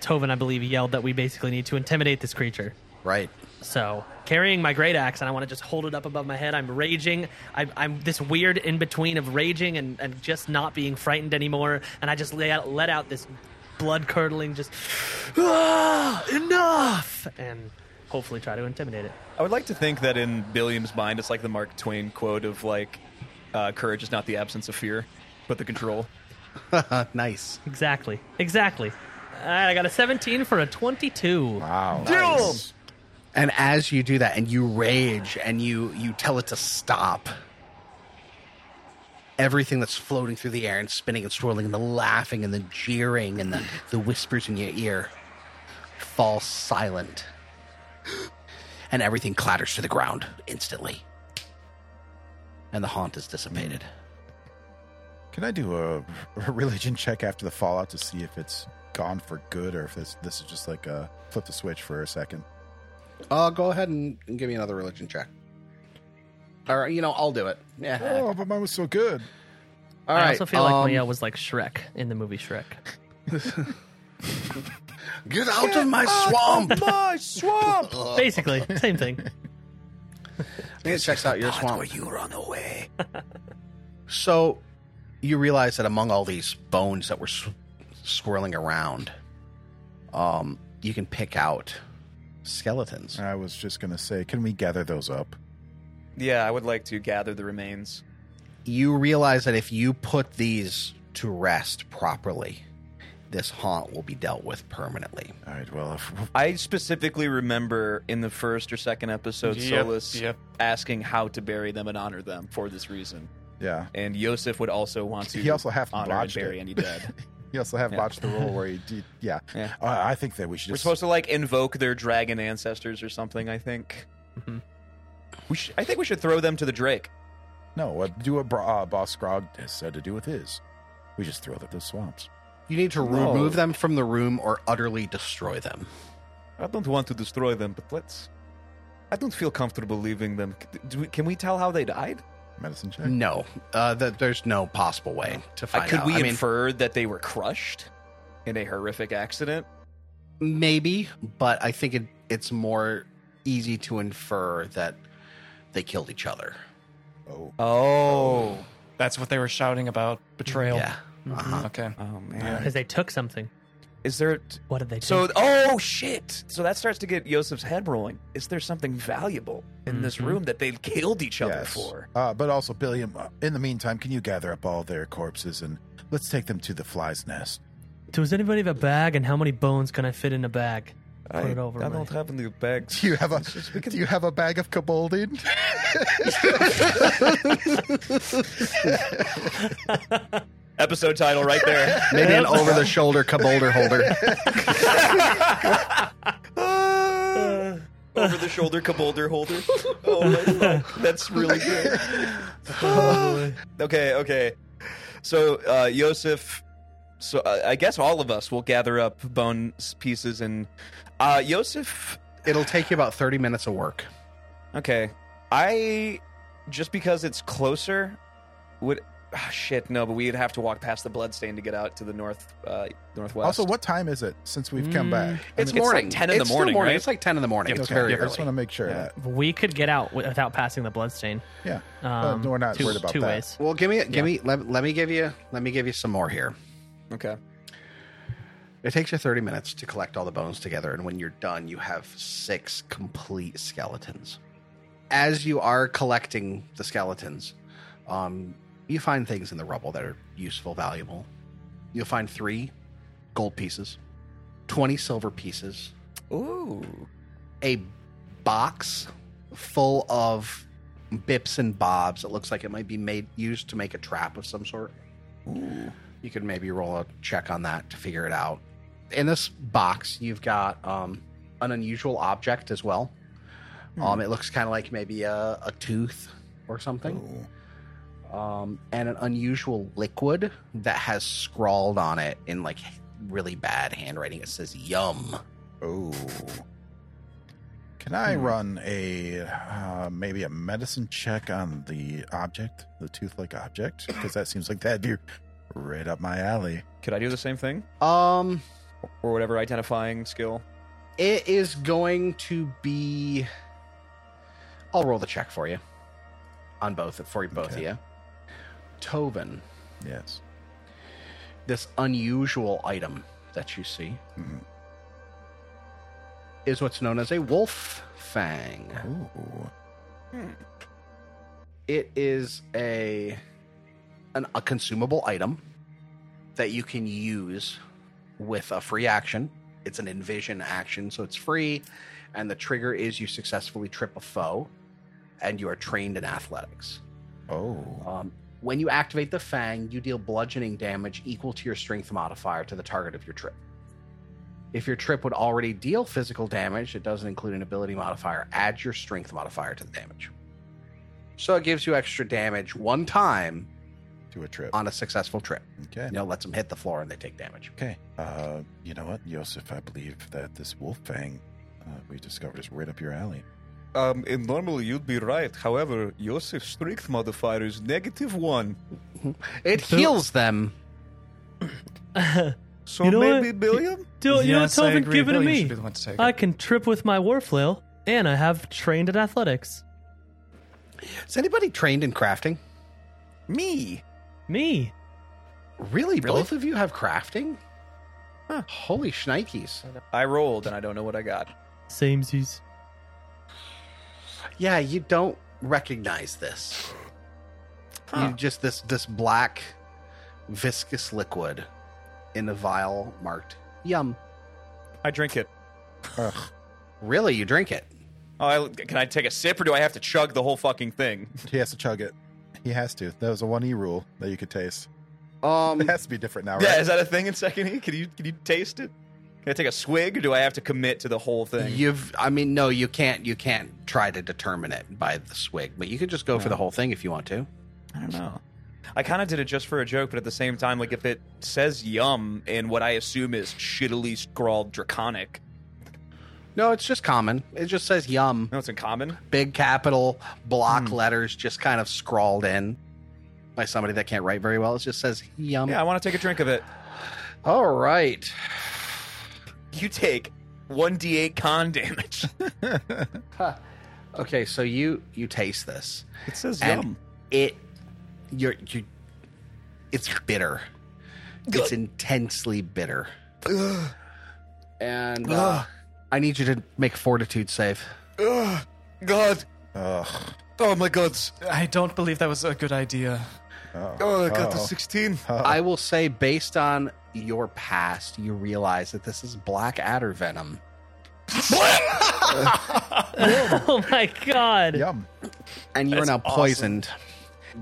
Tovin, I believe, yelled that we basically need to intimidate this creature.
Right.
So, carrying my great axe, and I want to just hold it up above my head. I'm raging. I, I'm this weird in between of raging and, and just not being frightened anymore. And I just lay out, let out this blood curdling, just "Ah, enough, and hopefully try to intimidate it.
I would like to think that in Billiam's mind, it's like the Mark Twain quote of like, uh, "Courage is not the absence of fear, but the control."
Uh, nice.
Exactly. Exactly. All right, I got a 17 for a 22.
Wow,
Nice.
And as you do that, and you rage, and you you tell it to stop, everything that's floating through the air and spinning and swirling, and the laughing and the jeering and the, the whispers in your ear falls silent, and everything clatters to the ground instantly, and the haunt is dissipated.
Can I do a, a religion check after the fallout to see if it's gone for good or if this this is just like a flip the switch for a second?
Uh, go ahead and, and give me another religion check. Or you know, I'll do it. Yeah.
Oh, but mine was so good.
All
I
right.
also feel
um,
like Leo was like Shrek in the movie Shrek.
Get out of my swamp!
My swamp.
Basically, same thing.
It checks out your swamp. Where you run away. so, you realize that among all these bones that were sw- swirling around, um, you can pick out skeletons.
I was just gonna say, can we gather those up?
yeah, I would like to gather the remains.
You realize that if you put these to rest properly, this haunt will be dealt with permanently.
All right. Well, if,
I specifically remember in the first or second episode,
Yep,
Solus
yep.
asking how to bury them and honor them for this reason.
yeah,
And Yosef would also want to.
He also half
honor and
botched
bury
it.
any dead.
you also have
Yeah.
botched the role where you, did, yeah.
Yeah.
Uh, I think that we should.
We're
Just,
supposed to like invoke their dragon ancestors or something. I think.
Mhm.
We should, I think we should throw them to the Drake.
no, uh, do what Bro- uh, Boss Grog said to do with his. We just throw them to the swamps.
You need to
No.
remove them from the room or utterly destroy them.
I don't want to destroy them, but let's. I don't feel comfortable leaving them. C- Do we, can we tell how they died?
Medicine check.
No, uh, th- there's no possible way to
Uh,
find
could
out.
we
I mean,
infer that they were crushed in a horrific accident?
Maybe, but I think it, it's more easy to infer that they killed each other.
Oh,
Oh,
That's what they were shouting about betrayal.
Mm-hmm.
Yeah. Uh-huh.
Okay.
oh man.
Because they took something.
Is there?
What did they do?
So oh shit! So that starts to get Yosef's head rolling. Is there something valuable in this
Mhm.
room that they killed each other
Yes.
for?
Uh, but also, Billy, um, in the meantime, can you gather up all their corpses and let's take them to the fly's nest?
does anybody have a bag and how many bones can I fit in a bag?
I,
it over
I
my-
don't have any bags.
Do you have a
It's just- we can-
Do you have a bag of kabolding?
episode title right there.
Maybe an over the shoulder cabolder holder.
Over the shoulder cabolder holder. Oh my god, that's really good. okay, okay. So uh, Yosef, so uh, I guess all of us will gather up bone s- pieces and uh, Yosef.
It'll take you about 30 minutes of work.
Okay, I just because it's closer would. ah, shit, no, but we'd have to walk past the bloodstain to get out to the north, uh, northwest.
also, what time is it since we've come back? I
It's
mean,
like
morning.
10 in the
It's still
morning, right?
It's like 10 in the morning. it's
okay,
very
I just want to
early.
make sure
Yeah.
that
we could get out wi- without passing the bloodstain.
Yeah. Uh,
Um,
we're not
two,
worried about
two
that.
ways.
Well, give me, give me, let, let me give you, let me give you some more here.
okay.
It takes you 30 minutes to collect all the bones together, and when you're done, you have six complete skeletons. As you are collecting the skeletons, um, you find things in the rubble that are useful, valuable. You'll find three gold pieces, 20 silver pieces,
Ooh.
a box full of bips and bobs. It looks like it might be made used to make a trap of some sort.
Ooh.
You could maybe roll a check on that to figure it out. In this box, you've got um, an unusual object as well.
Hmm.
Um, it looks kind of like maybe a, a tooth or something,
Ooh.
um, and an unusual liquid that has scrawled on it in like really bad handwriting. It says "yum."
Oh. Can I
Hmm.
run a uh, maybe a medicine check on the object, the tooth-like object? Because that seems like that'd be right up my alley.
Could I do the same thing?
Um,
Or whatever identifying skill?
it is going to be. I'll roll the check for you on both for you both
Okay.
of you. Tovin,
Yes.
this unusual item that you see
Mhm.
is what's known as a wolf fang.
Ooh.
It is a an, a consumable item that you can use with a free action. It's an envision action, so it's free, and the trigger is you successfully trip a foe, and you are trained in athletics.
Oh.
Um, when you activate the fang, you deal bludgeoning damage equal to your strength modifier to the target of your trip. If your trip would already deal physical damage, it doesn't include an ability modifier, add your strength modifier to the damage. So it gives you extra damage one time
To a trip.
on a successful trip.
Okay.
You know, lets them hit the floor and they take damage.
Okay. Uh, you know what, Yosef? I believe that this wolf fang uh, we discovered is right up your alley.
Um, and normally you'd be right. However, Yosef's strength modifier is negative one.
It
So-
heals them.
So
You know maybe
maybe billion?
Do, you know,
Yes, I
Tovin,
agree.
give it to
Billy should
me.
be the one to take it.
I can trip with my warflail, and I have trained in athletics.
Is anybody trained in crafting?
Me.
Me.
Really? Both of you have crafting? Holy shnikes.
I rolled and I don't know what I got.
Samesies.
Yeah, you don't recognize this. You just this this black viscous liquid in a vial marked yum.
I drink it.
Ugh.
Really, you drink it.
Oh, I, can I take a sip or do I have to chug the whole fucking thing?
He has to chug it. He has to. That was a one E rule that you could taste.
Um
It has to be different now, right?
Yeah, is that a thing in second E? Can you can you taste it? Can I take a swig or do I have to commit to the whole thing?
you've I mean no, you can't you can't try to determine it by the swig, but you could just go for the whole thing if you want to.
I don't know. I kind of did it just for a joke, but at the same time, like if it says yum in what I assume is shittily scrawled draconic,
No, it's just common. It just says yum.
no, it's in common.
Big capital block letters just kind of scrawled in by somebody that can't write very well. It just says yum.
Yeah, I want to take a drink of it.
All right.
You take one d8 con damage.
Okay, so you you taste this.
It says
And it you're you it's bitter. It's intensely bitter.
Ugh.
And uh, I need you to make fortitude save.
Ugh. God.
Ugh.
Oh my gods.
I don't believe that was a good idea.
Oh,
Oh, I got the
Uh-oh.
16.
Uh-oh.
I will say, based on your past, you realize that this is black adder venom.
oh my god.
Yum.
and you are
That's
now
awesome.
poisoned.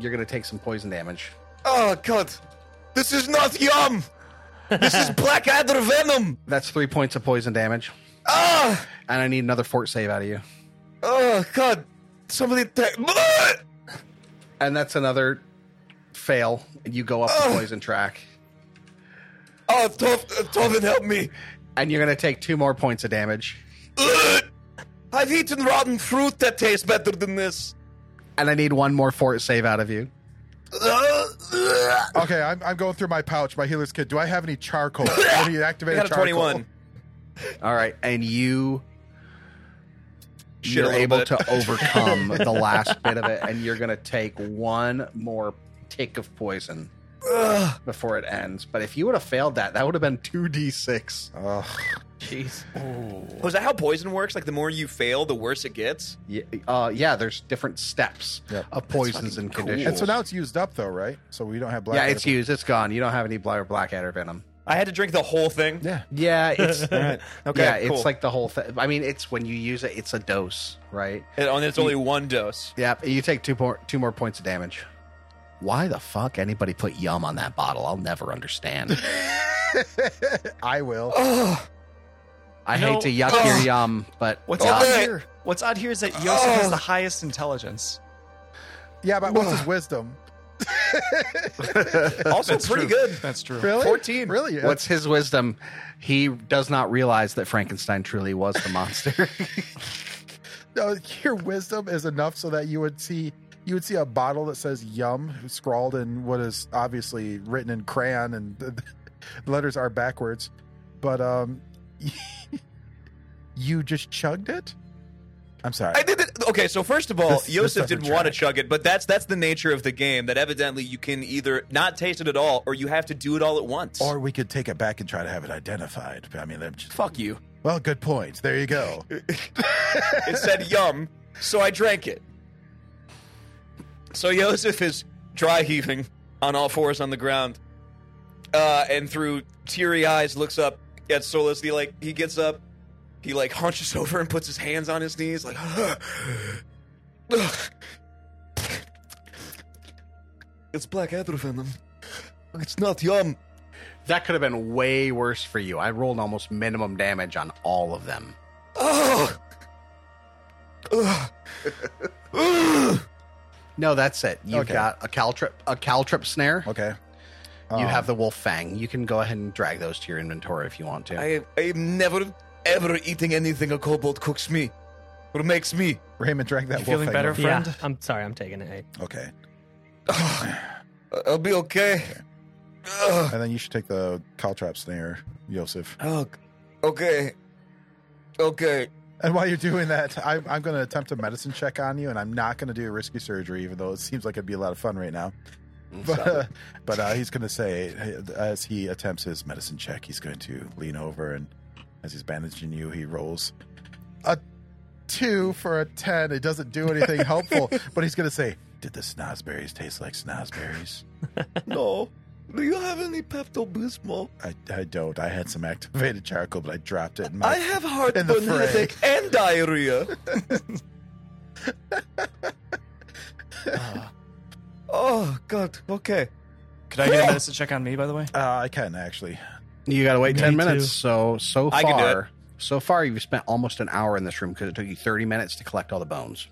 You're going to take some poison damage.
Oh god. This is not yum. This is blackadder venom.
That's three points of poison damage.
Ah.
And I need another fort save out of you.
Oh god. Somebody take.
And that's another fail. You go up the poison track.
Oh, Tov, Tovin, help me.
And you're going to take two more points of damage.
Ugh. I've eaten rotten fruit that tastes better than this.
And I need one more fort save out of you.
Ugh. Ugh.
Okay, I'm, I'm going through my pouch, my healer's kit. Do I have any charcoal? Let me
I
activate
got a
charcoal.
21.
All right. And you.
Shit a
you're
little
able
bit.
to overcome the last bit of it, and you're going to take one more tick of poison
Ugh.
before it ends. But if you would have failed that, that would have been 2d6.
Ugh.
Jeez.
Was that how poison works? Like the more you fail, the worse it gets.
Yeah, uh, yeah there's different steps
Yep.
of poisons and conditions.
And so now it's used up, though, right? So we don't have black.
yeah, it's
edible-
used. It's gone. You don't have any black, black adder venom.
I had to drink the whole thing.
Yeah.
Yeah, it's
All right. Okay.
yeah,
cool.
it's like the whole thing. I mean, it's when you use it, it's a dose, right?
And on- it's only one dose.
Yeah, you take two more two more points of damage. Why the fuck anybody put yum on that bottle? I'll never understand.
I will.
Oh,
I
No.
hate to yuck
Ugh.
your yum, but
What's
Oh,
odd
man.
here? What's odd here is that Yosef has
Ugh.
the highest intelligence.
Yeah, but what's his wisdom?
also pretty good.
That's true.
Really?
14.
Really?
what's his wisdom? He does not realize that Frankenstein truly was the monster.
No, your wisdom is enough so that you would see you would see a bottle that says "yum" scrawled in what is obviously written in crayon, and the, the letters are backwards. But um, you just chugged it. I'm sorry.
I did it. Okay, so first of all,
This- this
Yosef
doesn't
didn't want to
track.
chug it, but that's that's the nature of the game. That evidently you can either not taste it at all, or you have to do it all at once.
or we could take it back and try to have it identified. I mean, I'm just-
fuck you.
well, good point. There you go.
It said yum, so I drank it. So Yosef is dry heaving on all fours on the ground, uh, and through teary eyes looks up at Solus. He like he gets up, he like hunches over and puts his hands on his knees, like. It's black venom. It's not yum.
that could have been way worse for you. I rolled almost minimum damage on all of them.
Oh. Ugh. Ugh.
No, that's it. You've
Okay.
got a caltrip, a caltrip snare.
Okay.
you
Um,
have the wolf fang. You can go ahead and drag those to your inventory if you want to.
I, I am never, ever eating anything a kobold cooks me or makes me.
Raymond drank that.
You
wolf
feeling
egg.
better?
Yeah,
Friend?
I'm sorry, I'm taking it.
Okay.
I'll be okay. Ugh.
And then you should take the caltrop snare, Yosef.
Ugh. Okay. Okay.
And while you're doing that, I, I'm going to attempt a medicine check on you, and I'm not going to do a risky surgery, even though it seems like it'd be a lot of fun right now.
Mm,
But uh, but uh, he's going to say, as he attempts his medicine check, he's going to lean over, and as he's bandaging you, he rolls a two for a ten. It doesn't do anything helpful, but he's going to say, "Did the snozberries taste like snozberries?"
No. Do you have any Pepto Bismol?
I, I don't. I had some activated charcoal, but I dropped it. In my
I have heartburn,
fray.
headache, and diarrhea. oh, God. Okay.
Could I get a medicine check on me, by the way?
Uh, I can actually.
you got to wait
Me
ten
too.
minutes. So so
I can do
far, so far you've spent almost an hour in this room because it took you thirty minutes to collect all the bones.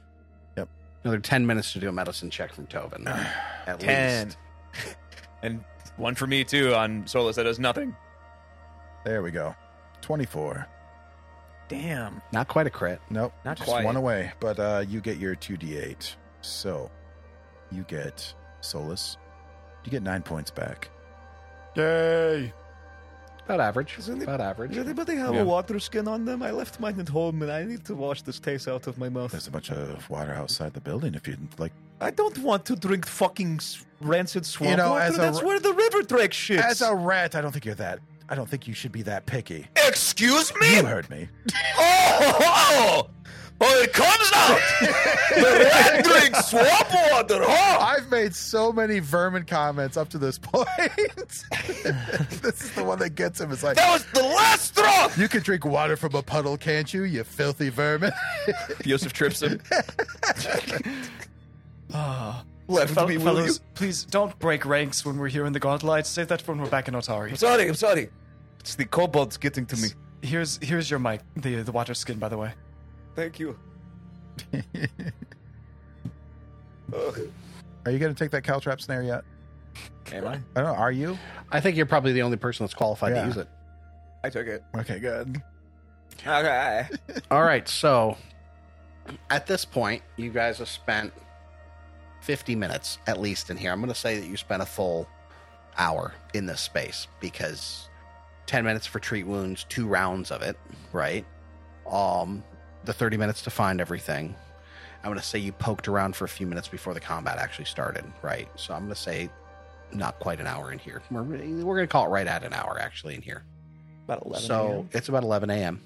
Yep.
Another ten minutes to do a medicine check from Tovin. At least.
and one for me, too, on Solus that does nothing.
There we go. Twenty-four.
Damn.
Not quite a crit.
Nope,
Not
just
quite.
one away. But uh, you get your two d8. So you get Solus. You get nine points back.
Yay!
About average.
Isn't it-
About average.
anybody have
Yeah.
water skin on them? I left mine at home and I need to wash this taste out of my mouth.
There's a bunch of water outside the building. If you'd like,
I don't want to drink fucking s- rancid swamp
know,
water.
as a
That's
ra-
where the river drake shits.
as a rat, I don't think you're that I don't think you should be that picky.
Excuse me?
You heard me.
Oh, oh, oh, it comes out. the rat drinks swamp water, huh?
I've made so many vermin comments up to this point. this is the one that gets him. It's like,
That was the last straw.
you can drink water from a puddle, can't you, you filthy vermin?
Yosef trips him.
Ah.
Left
Fel-
me, will you?
fellows, please don't break ranks when we're here in the Godlight. Save that for when we're back in
I'm
Otari.
sorry, I'm sorry. It's the kobolds getting to me.
Here's here's your mic, the the water skin, by the way.
Thank you. Ugh.
Are you going to take that caltrap snare yet?
Am I?
I don't know. Are you?
I think you're probably the only person that's qualified
Yeah.
to use it.
I took it.
Okay, good.
Okay.
All right, so at this point, you guys have spent 50 minutes at least in here. I'm going to say that you spent a full hour in this space because 10 minutes for treat wounds, two rounds of it, right? Um, the 30 minutes to find everything. I'm going to say you poked around for a few minutes before the combat actually started, right? So I'm going to say not quite an hour in here. We're, we're going to call it right at an hour actually in here.
About 11
So it's about 11 a.m.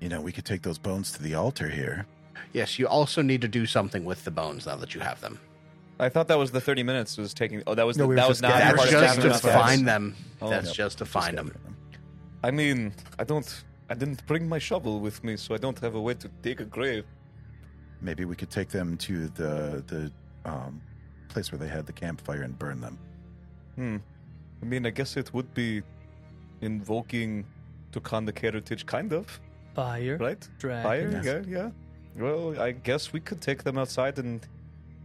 You know, we could take those bones to the altar here.
Yes, you also need to do something with the bones now that you have them.
I thought that was the 30 minutes was taking. Oh, that was
No,
the,
we were
that was
just
not
getting-
part
we're
That's
of
just
the
to
that's-
seven
find
minutes.
them.
Oh,
That's
yep.
just to find them.
I mean, I don't. I didn't bring my shovel with me, so I don't have a way to dig a grave.
Maybe we could take them to the the um, place where they had the campfire and burn them.
Hmm. I mean, I guess it would be invoking Tukanda heritage, kind of,
Fire.
right?
Dragon.
Fire,
Yes.
yeah, yeah. Well, I guess we could take them outside and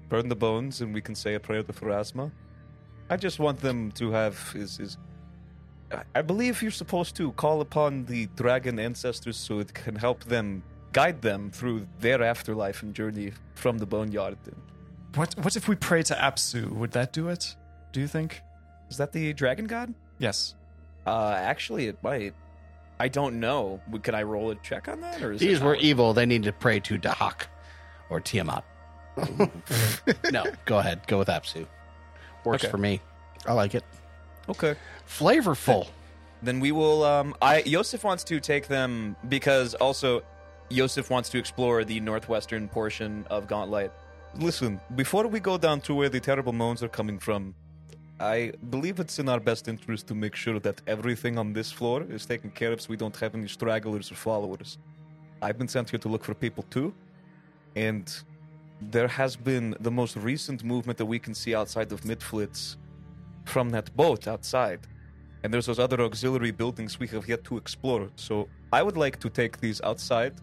burn the bones, and we can say a prayer to Pharasma. I just want them to have is is. I- I believe you're supposed to call upon the dragon ancestors so it can help them guide them through their afterlife and journey from the boneyard.
What what if we pray to Apsu? Would that do it? Do you think?
Is that the dragon god?
Yes.
Uh, actually, it might. I don't know. Would- Can I roll a check on that, or is
These
it
were
not?
evil. They need to pray to Dahak or Tiamat. no, go ahead. Go with Apsu. Works
Okay.
for me. I like it.
okay?
Flavorful.
Then we will. Um, I Yosef wants to take them because also Yosef wants to explore the northwestern portion of Gauntlet. Listen, before we go down to where the terrible moans are coming from, I believe it's in our best interest to make sure that everything on this floor is taken care of, so we don't have any stragglers or followers. I've been sent here to look for people too, and there has been the most recent movement that we can see outside of Midflitz from that boat outside. And there's those other auxiliary buildings we have yet to explore. So I would like to take these outside,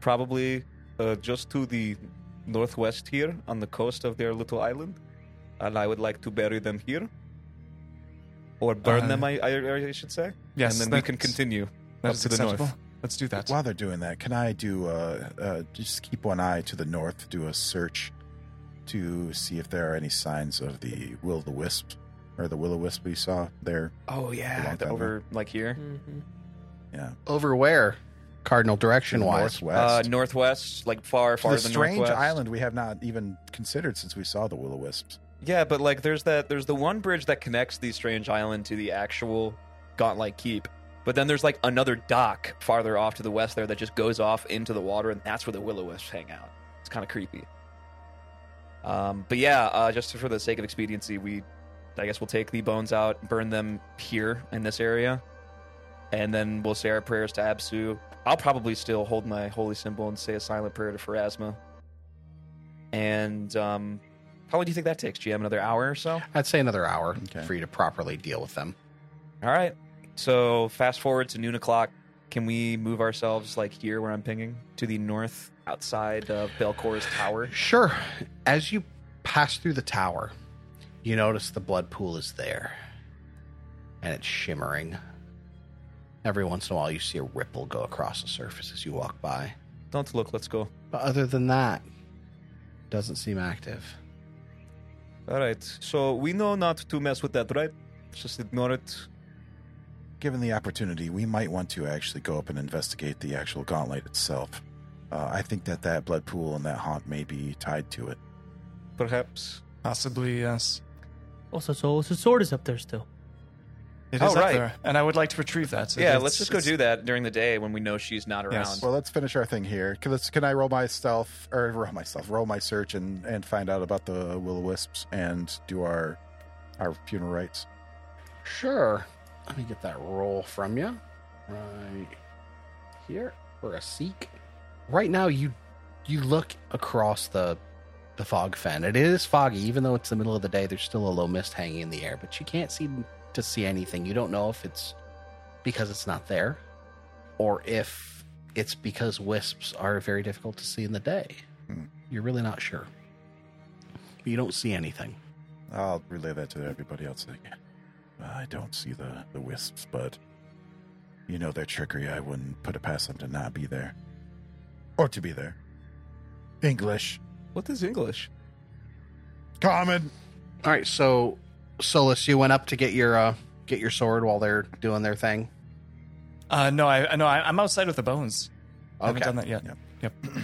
probably uh, just to the northwest here on the coast of their little island. And I would like to bury them here. Or burn
Uh,
them, I, I, I should say.
Yes.
and then we
that's-
can continue.
That
up
is
to the north.
acceptable. Let's do that.
While they're doing that, can I do uh, uh, just keep one eye to the north, do a search to see if there are any signs of the will o' the wisp or the will o' wisp we saw there?
Oh, yeah.
Along that
over, like here.
Mhm.
Yeah,
Over where? Cardinal direction wise.
Uh,
northwest.
northwest, like far,
To
far
the
to the
strange
northwest.
island we have not even considered since we saw the will o' wisps.
Yeah, but like there's that there's the one bridge that connects the strange island to the actual Gauntlet Keep. But then there's like another dock farther off to the west there that just goes off into the water and that's where the will wisps hang out. It's kind of creepy. Um, but yeah, uh, just for the sake of expediency, we I guess we'll take the bones out, burn them here in this area, and then we'll say our prayers to Absu. I'll probably still hold my holy symbol and say a silent prayer to Pharasma. And um, how long do you think that takes, GM? Another hour or so?
I'd say another hour
Okay.
for you to properly deal with them.
All right. So fast forward to noon o'clock. Can we move ourselves like here where I'm pinging to the north outside of Belcor's tower?
Sure. As you pass through the tower, you notice the blood pool is there and it's shimmering. Every once in a while, you see a ripple go across the surface as you walk by.
Don't look. Let's go.
But other than that, doesn't seem active.
All right. So we know not to mess with that, right? Just ignore it.
Given the opportunity, we might want to actually go up and investigate the actual gauntlet itself. Uh, I think that that blood pool and that haunt may be tied to it.
Perhaps.
Possibly yes.
Also, so the sword is up there still.
It
Oh,
is up
right.
there, and I would like to retrieve that. It-
yeah,
it's-
let's just go
it's-
do that during the day when we know she's not around.
Yes.
Well, let's finish our thing here. Can, let's, can I roll myself or roll myself, roll my search and and find out about the will o wisps and do our our funeral rites.
Sure. Let me get that roll from you. Right here for a seek. Right now you you look across the the fog fen. It is foggy, even though it's the middle of the day, there's still a low mist hanging in the air, but you can't seem to see anything. You don't know if it's because it's not there or if it's because wisps are very difficult to see in the day.
Hmm.
You're really not sure. You don't see anything.
I'll relay that to everybody else. Like, I don't see the the wisps, but you know their trickery. I wouldn't put it past them to not be there or to be there. English,
What is English?
common.
All right, so Solus, you went up to get your uh, get your sword while they're doing their thing.
Uh, no, I I- no, I, I'm outside with the bones. I haven't
Okay.
done that yet.
Yep.
Yep.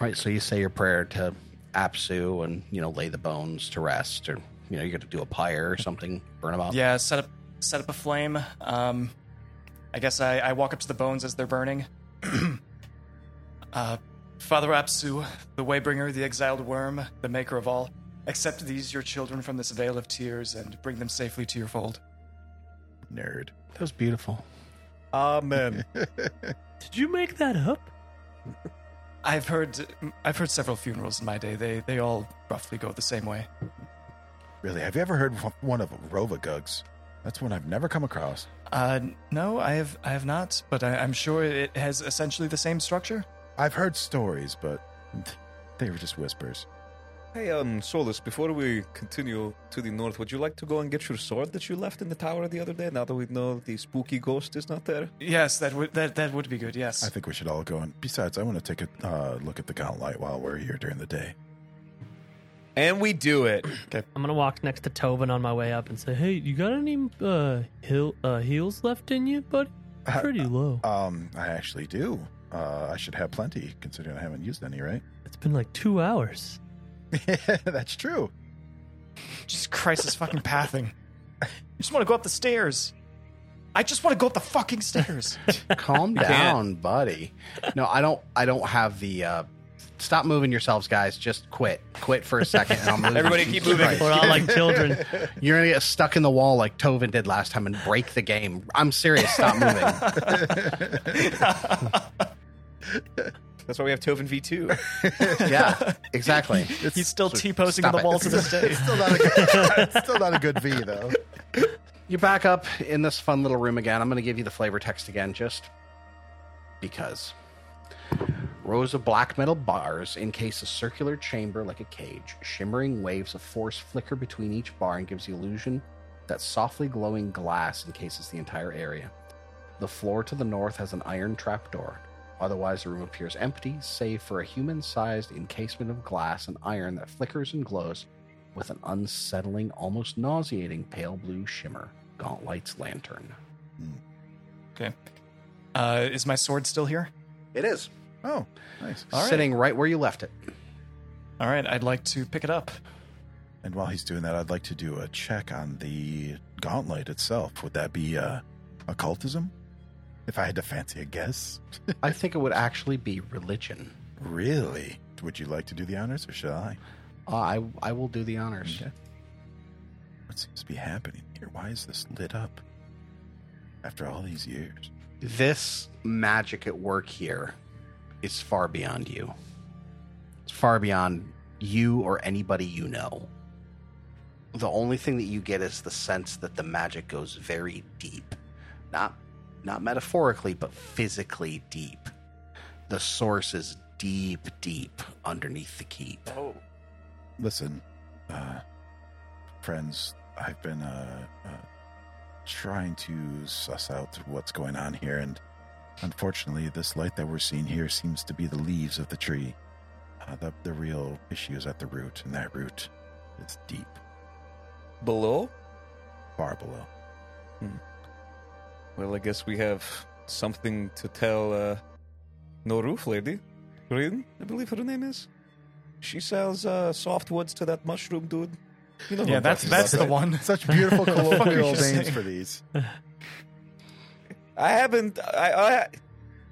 All right, so you say your prayer to Apsu and you know lay the bones to rest, or you know you're going to do a pyre or something, burn them up.
Yeah, set up set up a flame. Um, I guess I, I walk up to the bones as they're burning. uh, Father Apsu, the Waybringer, the exiled worm, the maker of all, accept these your children from this vale of tears and bring them safely to your fold.
Nerd.
that was beautiful.
Amen.
Did you make that up?
I've heard I've heard several funerals in my day. They they all roughly go the same way.
Really, have you ever heard of one of Rova Gugs? That's one I've never come across.
Uh, no, I have I have not, but I, I'm sure it has essentially the same structure.
I've heard stories, but they were just whispers.
hey, um, Solus, before we continue to the north, would you like to go and get your sword that you left in the tower the other day? Now that we know the spooky ghost is not there.
Yes, that would that that would be good.
I
Yes.
think we should all go. And besides, I want to take a uh, look at the gauntlet while we're here during the day.
And we do it.
I'm gonna walk next to Tobin on my way up and say, "Hey, you got any uh, heel, uh heels left in you, buddy? Pretty low.
Um, I actually do. Uh, I should have plenty, considering I haven't used any, right?
It's been like two hours.
That's true.
Jesus Christ, this fucking pathing. I just want to go up the stairs. I just want to go up the fucking stairs.
Calm
can't.
down, buddy. No, I don't. I don't have the. Uh, stop moving yourselves, guys. Just quit. Quit for a second. And I'll move
Everybody keep moving.
Right.
We're all like children.
You're gonna get stuck in the wall like Tovin did last time and break the game. I'm serious. Stop moving.
That's why we have Tovin V2.
yeah, exactly.
He's still
so
T posing on
stop
the
it.
wall to this day.
Still not a good, still not a good V though.
You're back up in this fun little room again. I'm going to give you the flavor text again just because. Rows of black metal bars encase a circular chamber like a cage. Shimmering waves of force flicker between each bar and gives the illusion that softly glowing glass encases the entire area. The floor to the north has an iron trapdoor. Otherwise, the room appears empty, save for a human sized encasement of glass and iron that flickers and glows with an unsettling, almost nauseating pale blue shimmer. Gauntlet's lantern.
Uh, is my sword still here?
It is.
Oh, nice.
All right.
Sitting right where you left it.
All right, I'd like to pick it up.
And while he's doing that, I'd like to do a check on the gauntlet itself. Would that be uh, occultism? If I had to fancy a guess,
I think it would actually be religion.
really? Would you like to do the honors, or shall I?
Uh, I, I will do the honors.
Okay. What seems to be happening here? Why is this lit up? After all these years,
This magic at work here is far beyond you. It's far beyond you or anybody you know. The only thing that you get is the sense that the magic goes very deep. Not not metaphorically, but physically deep. The source is deep, deep underneath the keep.
Oh.
listen, uh, friends, I've been uh, uh, trying to suss out what's going on here, and unfortunately, this light that we're seeing here seems to be the leaves of the tree. Uh, the, the real issue is at the root, and that root is deep,
Below?
far below.
Well, I guess we have something to tell uh, No Roof Lady. Green, I believe her name is. She sells uh, soft woods to that mushroom dude.
You know
yeah,
what
that's
I'm talking
that's the
about.
one.
Such beautiful
fuck are you
colloquial
saying?
names for these.
I haven't. I, I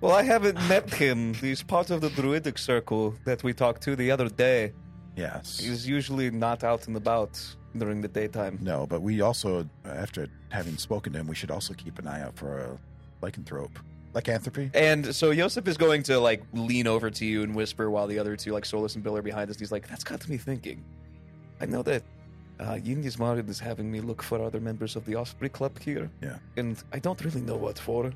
well, I haven't met him. He's part of the druidic circle that we talked to the other day.
Yes.
He's usually not out and about during the daytime.
No, but we also, after having spoken to him, we should also keep an eye out for a lycanthrope. Lycanthropy?
And so Joseph is going to like lean over to you and whisper while the other two, like Solus and Bill, are behind us. He's like, "That's got me thinking. I know that uh, Yindi's Marin is having me look for other members of the Osprey Club here.
Yeah.
and I don't really know what for,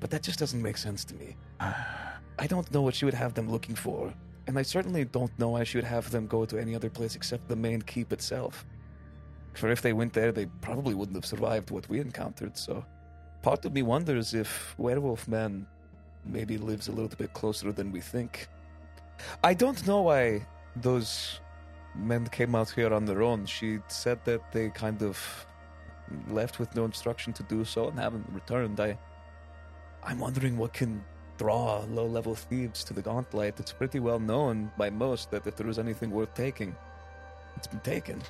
but that just doesn't make sense to me. I don't know what she would have them looking for, and I certainly don't know why she would have them go to any other place except the main keep itself. For if they went there, they probably wouldn't have survived what we encountered. So, part of me wonders if Werewolf Man maybe lives a little bit closer than we think. I don't know why those men came out here on their own. She said that they kind of left with no instruction to do so and haven't returned. I, I'm wondering what can draw low-level thieves to the gauntlet. It's pretty well known by most that if there was anything worth taking, it's been taken.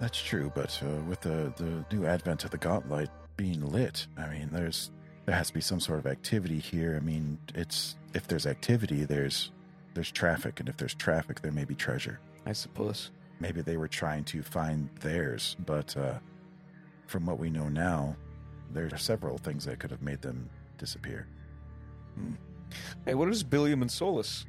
That's true, but uh, with the, the new advent of the gauntlet being lit, I mean, there's there has to be some sort of activity here. I mean, it's if there's activity, there's there's traffic, and if there's traffic, there may be treasure.
I suppose.
Maybe they were trying to find theirs, but uh, from what we know now, there are several things that could have made them disappear.
Hey, what is Billiam and Solus?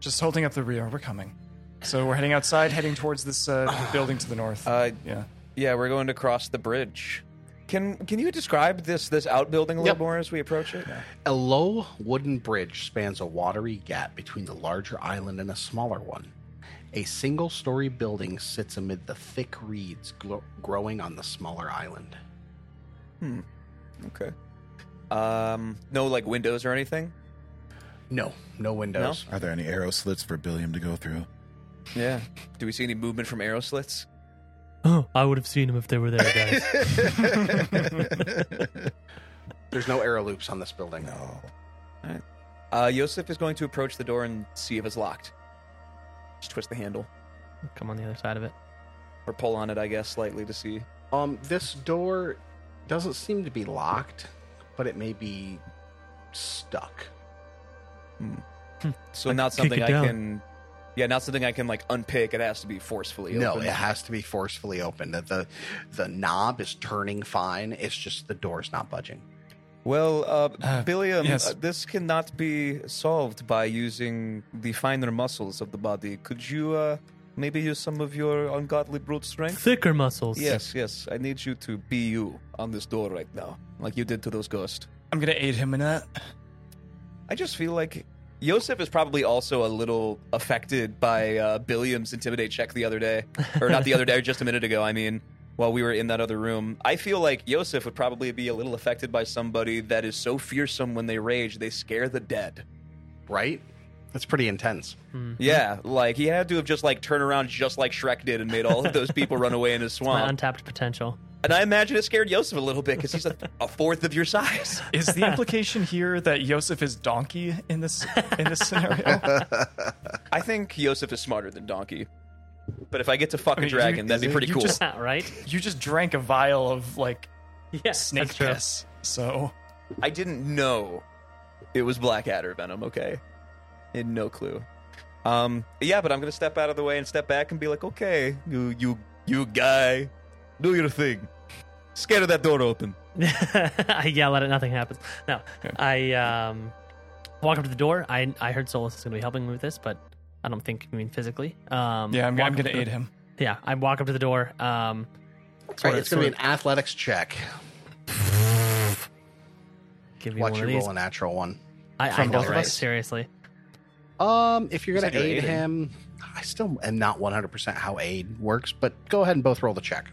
Just holding up the rear. We're coming. So we're heading outside, heading towards this uh, building to the north.
Uh,
yeah.
yeah, we're going to cross the bridge. Can Can you describe this this outbuilding a little
Yep.
more as we approach it?
A low wooden bridge spans a watery gap between the larger island and a smaller one. A single story building sits amid the thick reeds glo- growing on the smaller island.
Okay. Um, no, like windows or anything.
No, no windows.
Are there any arrow slits for Billiam to go through?
Yeah. Do we see any movement from arrow slits?
oh, I would have seen him if they were there, guys.
There's no arrow loops on this building.
No.
Uh, Yosef is going to approach the door and see if it's locked. Just twist the handle
Come on the other side of it.
or pull on it, I guess, slightly to see.
Um, this door doesn't seem to be locked, but it may be stuck.
So
Like,
not
kick
something
it
I
down.
can. Yeah, not something I can like unpick. It has to be forcefully.
No,
opened.
it has to be forcefully opened. The, the the knob is turning fine. It's just the door's not budging.
Well, uh,
Uh,
Billiam,
yes.
uh, this cannot be solved by using the finer muscles of the body. Could you uh, maybe use some of your ungodly brute strength?
Thicker muscles.
Yes, yes. I need you to be you on this door right now, like you did to those ghosts.
I'm going to aid him in that.
I just feel like Yosef is probably also a little affected by uh, Billiam's intimidate check the other day, or not the other day, just a minute ago. I mean, while we were in that other room, I feel like Yosef would probably be a little affected by somebody that is so fearsome when they rage they scare the dead.
Right? That's pretty intense.
Mm-hmm.
Yeah, like he had to have just like turned around just like Shrek did and made all of those people run away in his
My
swamp.
untapped potential.
And I imagine it scared Yosef a little bit because he's a, a fourth of your size.
Is the implication here that Yosef is donkey in this in this scenario?
I think Yosef is smarter than Donkey. But if I get to fuck
I
a
mean, you-
dragon, that'd be pretty
you
cool.
just-
right?
You just drank a vial of like
Yes.
snake
that's true.
piss. So
I didn't know it was Blackadder venom. Okay, I had no clue. Um, yeah, but I'm gonna step out of the way and step back and be like, okay, you, you, you guy, do your thing. Scatter that door open.
I yell at it, nothing happens. No, I um, walk up to the door. I I heard Solus is going to be helping me with this, but I don't think you mean physically. Um,
yeah, I'm,
walk
I'm
up
going to
the-
aid him.
Yeah, I walk up to the door. Um,
All
sort
right,
of-
it's going to
sort
be an athletics check.
of give you
Watch
one
you
of these.
roll a natural one.
I, I
from
both of
Hellraise.
us seriously.
Um, if you're
You
going to
said you're
aid
aiding.
him, I still am not 100% how aid works, but go ahead and both roll the check.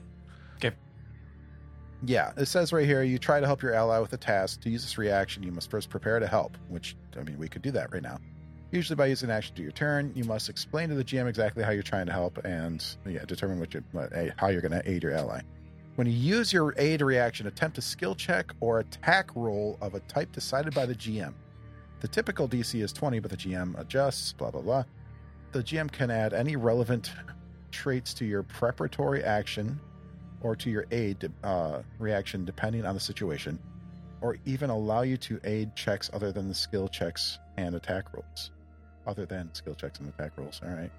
Yeah, it says right here you try to help your ally with a task. To use this reaction, you must first prepare to help, which, I mean, we could do that right now. Usually, by using an action to your turn, you must explain to the GM exactly how you're trying to help and yeah, determine what you, what, eh, how you're going to aid your ally. When you use your aid reaction, attempt a skill check or attack roll of a type decided by the GM. The typical DC is 20, but the GM adjusts, blah, blah, blah. The GM can add any relevant traits to your preparatory action or to your aid uh, reaction, depending on the situation, or even allow you to aid checks other than the skill checks and attack rolls. Other than skill checks and attack rolls. All right.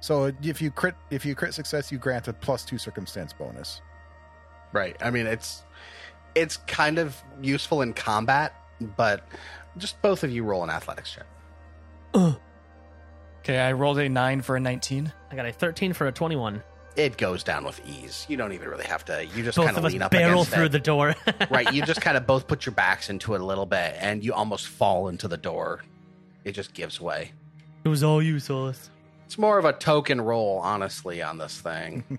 So if you crit, if you crit success, you grant a plus two circumstance bonus.
Right. I mean, it's it's kind of useful in combat, but just both of you roll an athletics check.
Okay, I rolled a nine for a nineteen.
I got a 13 for a 21.
It goes down with ease. You don't even really have to. You just
Both
kind
of
of
us
lean up
barrel
against
through
it.
the door.
right. You just kind of both put your backs into it a little bit, and you almost fall into the door. It just gives way.
it was all you, Solus.
It's more of a token roll, honestly, on this thing.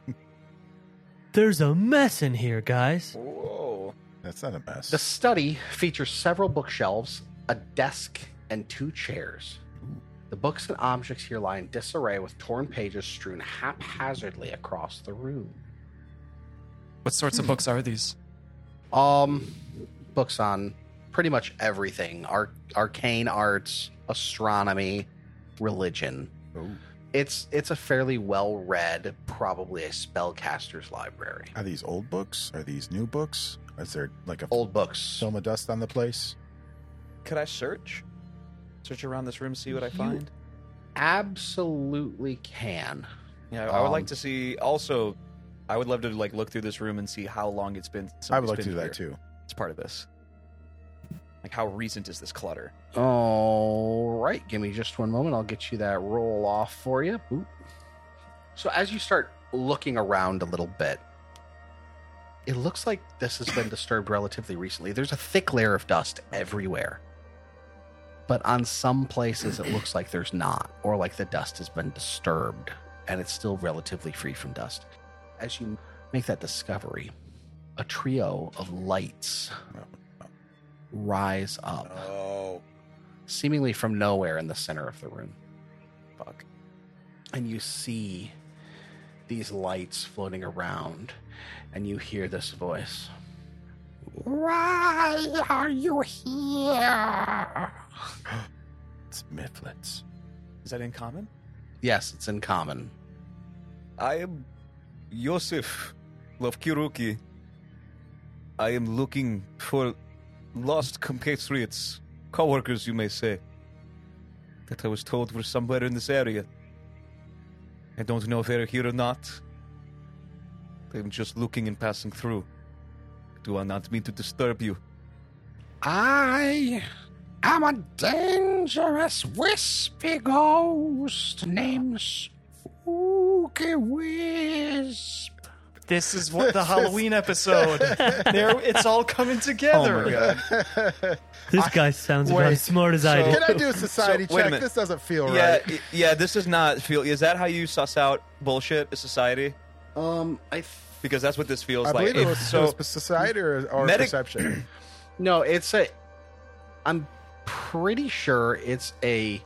There's a mess in here, guys.
Whoa.
That's not a mess.
the study features several bookshelves, a desk, and two chairs. The books and objects here lie in disarray with torn pages strewn haphazardly across the room.
What sorts of books are these?
Um, books on pretty much everything: Ar- arcane arts, astronomy, religion.
Ooh.
It's it's a fairly well-read, probably a spellcaster's library.
Are these old books? Are these new books? Is there like a
Old books.
film of dust on the place?
Could I search? Search around this room, see what I
You-
find.
absolutely can.
Yeah, I would
Um,
like to see. Also, I would love to like look through this room and see how long it's been. since
I would
somebody's
like to
been
do that
here.
too.
It's part of this. Like, how recent is this clutter?
All right, give me just one moment. I'll get you that roll off for you. Boop. So as you start looking around a little bit, it looks like this has been disturbed relatively recently. There's a thick layer of dust everywhere. But on some places it looks like there's not or like the dust has been disturbed and it's still relatively free from dust. As you make that discovery, a trio of lights rise up
Oh,
seemingly from nowhere in the center of the room.
fuck!
And you see these lights floating around, and you hear this voice Why are you here?
It's Mifflets.
Is that in common?
Yes, it's in common.
I am Yosef Lovkiruki. I am looking for lost compatriots, coworkers, you may say, that I was told were somewhere in this area. I don't know if they're here or not. I'm just looking and passing through. Do I not mean to disturb you?
I am a dangerous wispy ghost named Spooky Wisp.
This is what the Halloween episode. There, it's all coming together.
This guy sounds about
wait,
as smart as I
so-
do.
Can I do a society
Oh. So, wait a
check?
minute.
This doesn't feel right.
yeah, this does not feel. Is that how you suss out bullshit, society?
Um, I
Because that's what this feels
I believe it was,
so.
it was society or, or
Medic-
perception.
No, it's a. I'm pretty sure it's a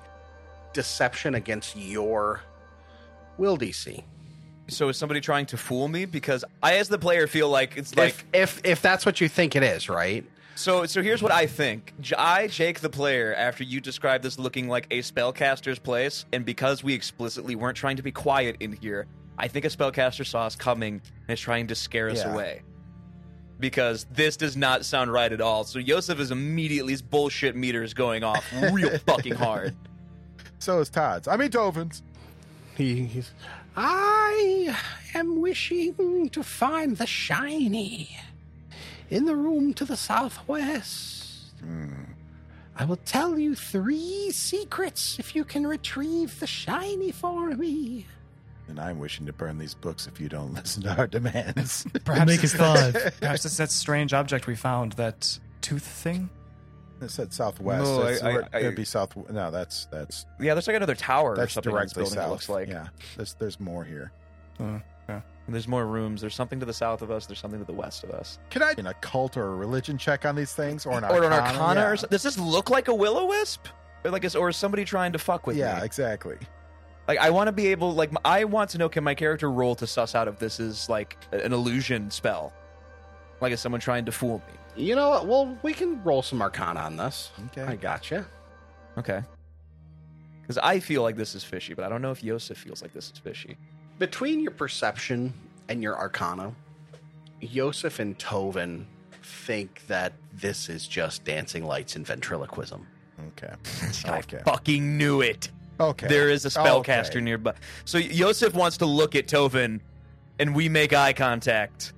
deception against your will DC.
So is somebody trying to fool me? Because I, as the player, feel like it's like
Like, if, if if that's what you think it is, right?
so. So here's what I think. J- I, Jake, the player, after you described this looking like a spellcaster's place, and because we explicitly weren't trying to be quiet in here, I think a spellcaster saw us coming and is trying to scare us
Yeah.
away. Because this does not sound right at all. So Yosef is immediately his bullshit meter is going off real fucking hard.
So is Todd's. I mean Dovin's.
He, he's. I am wishing to find the shiny in the room to the southwest.
Hmm.
I will tell you three secrets if you can retrieve the shiny for me.
And I'm wishing to burn these books if you don't listen to our demands.
Perhaps
Make
it's
it
that-
five.
Perhaps it's that strange object we found. That tooth thing.
it said southwest.
No,
That's
I- I-
where-
I-
it'd be south. No, that's that's
Yeah, there's like another tower or
that's
something in this
directly
building.
south.
It looks like
yeah. There's there's more here.
there's more rooms. There's something to the south of us. There's something to the west of us.
Can I do an occult or a religion check on these things or an
or an
arcana?
arcana
yeah.
or something. Does this look like a will o wisp? Or like, is, or is somebody trying to fuck with
yeah,
me?
exactly.
Like, I want to be able, like, m- I want to know can my character roll to suss out if this is like a- an illusion spell? Like, is someone trying to fool me?
You know what? Well, we can roll some arcana on this.
Okay.
I gotcha.
Okay. 'Cause Because I feel like this is fishy, but I don't know if Yosef feels like this is fishy.
Between your perception and your arcana, Yosef and Tovin think that this is just dancing lights and ventriloquism.
Okay.
I
Okay.
fucking knew it.
Okay.
There is a spellcaster
Okay.
nearby. So Yosef wants to look at Tovin, and we make eye contact.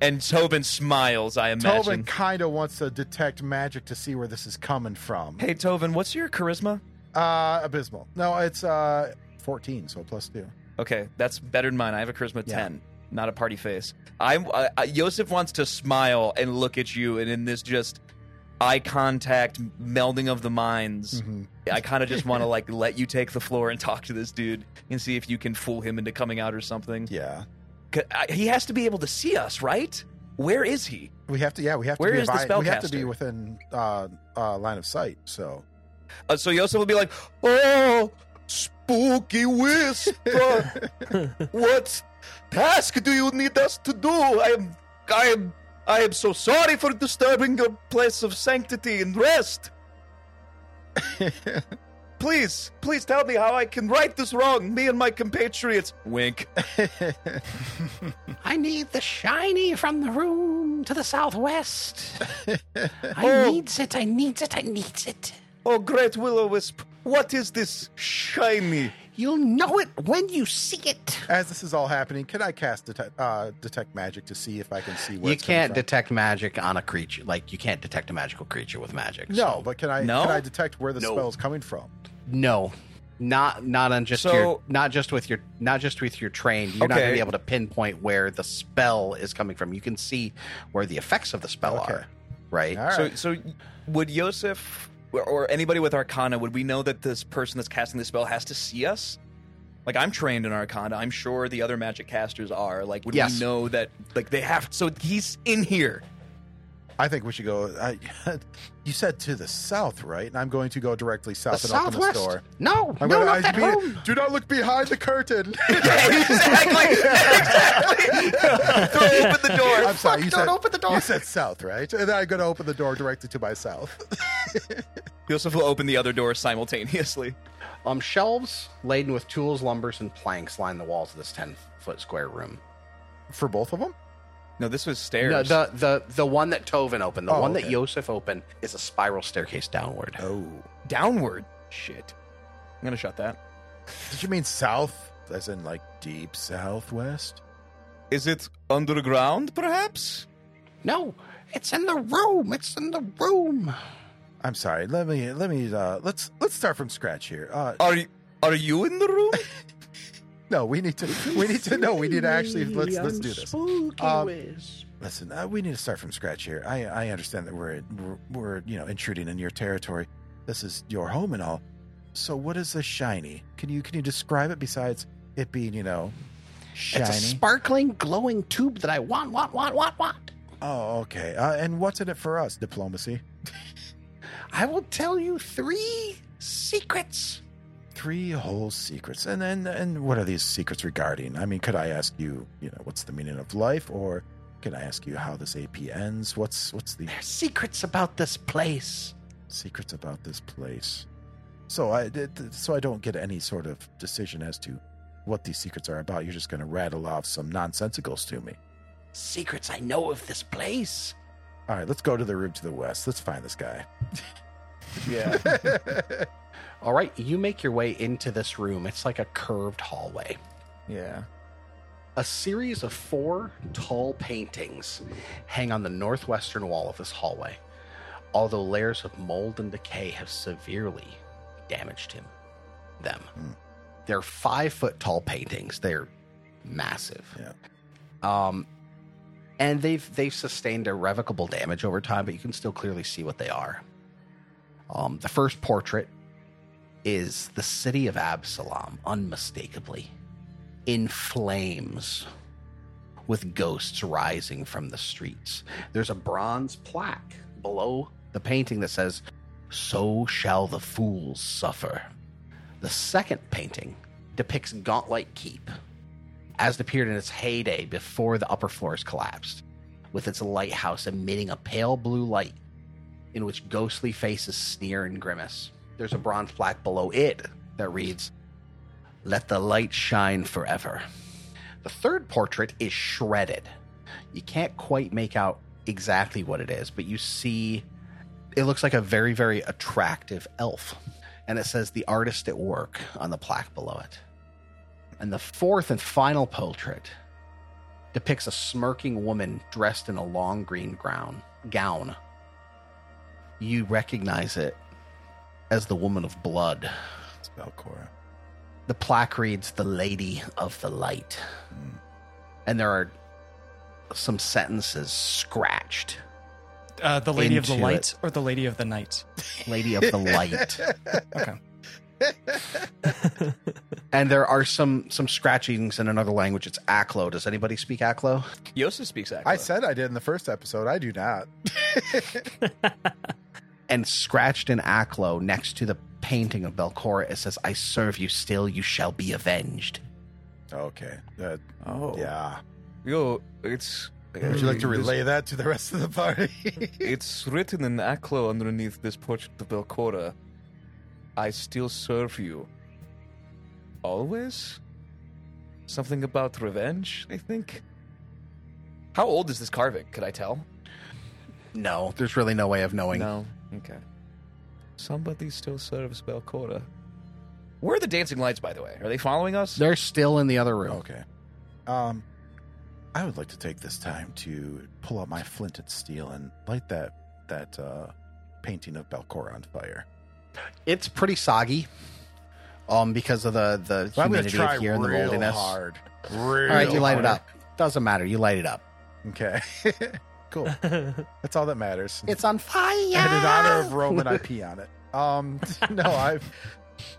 And Tovin smiles, I imagine.
Tobin kind of wants to detect magic to see where this is coming from.
Hey, Tovin, what's your charisma?
Uh, abysmal. No, it's uh 14, so plus two.
Okay, that's better than mine. I have a charisma
Yeah.
10, not a party face. I, I, I Yosef wants to smile and look at you, and in this just eye contact melding of the minds,
Mhm.
I kind of just want to like let you take the floor and talk to this dude and see if you can fool him into coming out or something.
Yeah.
'Cause I- He has to be able to see us, right? Where is he?
We have to. Yeah, we have to.
Where
be
is the
avi- We have to
spellcaster?
be within uh, uh line of sight. So
Uh, so Yosef will be like, "Oh, spooky whisper, what task do you need us to do? I am, I am, I am so sorry for disturbing your place of sanctity and rest. please, please tell me how I can right this wrong, me and my compatriots." Wink.
I need the shiny from the room to the southwest. I needs it, I needs it, I needs it.
Oh, great willow wisp, what is this shiny?
You'll know it when you see it.
as this is all happening, can I cast detect uh detect magic to see if I can see where
you
it's coming
can't
from?
detect magic on a creature. Like, you can't detect a magical creature with magic.
No,
so-
but can I?
No?
Can I detect where the
No.
spell is coming from?
No, not not on just
So-
your not just with your not just with your train. You're not going to
Okay.
be able to pinpoint where the spell is coming from. You can see where the effects of the spell
Okay.
are, right?
All right.
So, so would Yosef or, or anybody with Arcana would we know that this person that's casting the spell has to see us? Like I'm trained in Arcana, I'm sure the other magic casters are. Like, would
Yes.
we know that? Like they have. So he's in here.
I think we should go. I, you said to the south, right? And I'm going to go directly
The
south and open the
southwest.
store.
No,
I'm
no,
gonna-
not
I-
that
be-
room.
Do not look behind the curtain.
exactly. exactly. Throw open the door.
I'm sorry. You
don't
said,
open the door.
You said south, right? And then I'm going to open the door directly to my south.
Yosef will open the other door simultaneously.
Um, shelves laden with tools, lumbers, and planks line the walls of this ten foot square room.
For both of them?
No, this was
No,
stairs.
the the the one that Tovin opened, the
Oh,
one that
okay.
Yosef opened, is a spiral staircase downward.
Oh.
Downward. Shit. I'm gonna shut that.
Did you mean south? As in, like, deep southwest?
Is it underground, perhaps?
No, it's in the room. It's in the room.
I'm sorry. Let me, let me, uh, let's, let's start from scratch here. Uh,
Are you, are you in the room?
no, we need to, we need to, no, we need to actually, let's, let's do this. Um, Listen, uh, we need to start from scratch here. I, I understand that we're, we're we're you know intruding in your territory. This is your home and all. So what is a shiny? Can you can you describe it besides it being you know shiny?
It's a sparkling, glowing tube that I want, want, want, want, want.
oh, okay. Uh, and what's in it for us? Diplomacy.
I will tell you three secrets.
Three whole secrets. And then and what are these secrets regarding? I mean, could I ask you you know what's the meaning of life, or can I ask you how this AP ends? What's what's the
There's secrets about this place.
secrets about this place. So I th- th- so I don't get any sort of decision as to what these secrets are about. You're just going to rattle off some nonsensicals to me.
Secrets I know of this place.
All right, let's go to the room to the west. Let's find this guy.
Yeah.
All right, you make your way into this room. It's like a curved hallway.
Yeah.
A series of four tall paintings hang on the northwestern wall of this hallway, although layers of mold and decay have severely damaged him. Them.
Hmm.
They're five foot tall paintings. They're massive.
Yeah.
Um, and they've they've sustained irrevocable damage over time, but you can still clearly see what they are. Um, the first portrait is the city of Absalom, unmistakably in flames with ghosts rising from the streets. There's a bronze plaque below the painting that says, So shall the fools suffer. The second painting depicts Gauntlet Keep as it appeared in its heyday before the upper floors collapsed, with its lighthouse emitting a pale blue light in which ghostly faces sneer and grimace. There's a bronze plaque below it that reads, Let the light shine forever. The third portrait is shredded. You can't quite make out exactly what it is, but you see it looks like a very, very attractive elf. And it says the artist at work on the plaque below it. And the fourth and final portrait depicts a smirking woman dressed in a long green grown gown. You recognize it as the woman of blood.
It's Belcora.
The plaque reads The Lady of the Light.
Hmm.
And there are some sentences scratched.
Uh, the Lady of the
Into
Light or the Lady of the Night?
Lady of the Light.
Okay.
and there are some some scratchings in another language. It's Aklo. Does anybody speak Aklo?
Yosa speaks Aklo.
I said I did in the first episode. I do not.
And scratched in Aklo next to the painting of Belcora, it says, I serve you still, you shall be avenged.
Okay. That-
Oh.
Yeah.
Yo, it's. uh,
Would you like to relay that to the rest of the party?
It's written in Aklo underneath this portrait of Belcora. I still serve you. Always? Something about revenge, I think? How old is this carving? Could I tell?
No, there's really no way of knowing.
No. Okay. Somebody still serves Belcora. Where are the dancing lights, by the way? Are they following us?
They're still in the other room.
Okay. Um, I would like to take this time to pull out my flint and steel and light that that uh, painting of Belcor on fire.
It's pretty soggy. Um, because of the the
So I'm going to
humidity
try
of here and the
real
moldiness.
hard.
All right, you light it up. Doesn't matter. You light it up.
Okay. cool. That's all that matters.
It's on fire.
and in honor of Roman, I pee on it. Um, no, I've.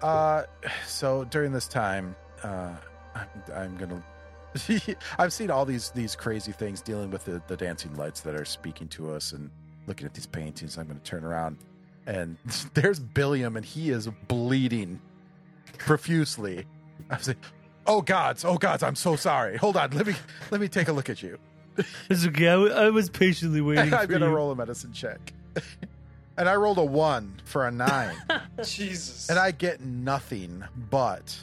Uh, so during this time, uh, I'm, I'm gonna. I've seen all these these crazy things dealing with the, the dancing lights that are speaking to us and looking at these paintings. I'm gonna turn around, and there's Billiam, and he is bleeding profusely. I was like, "Oh gods, oh gods, I'm so sorry. Hold on, let me let me take a look at you."
It's okay. I, w- I was patiently waiting.
I'm
for
gonna
you.
roll a medicine check. and I rolled a one for a nine.
Jesus.
and I get nothing, but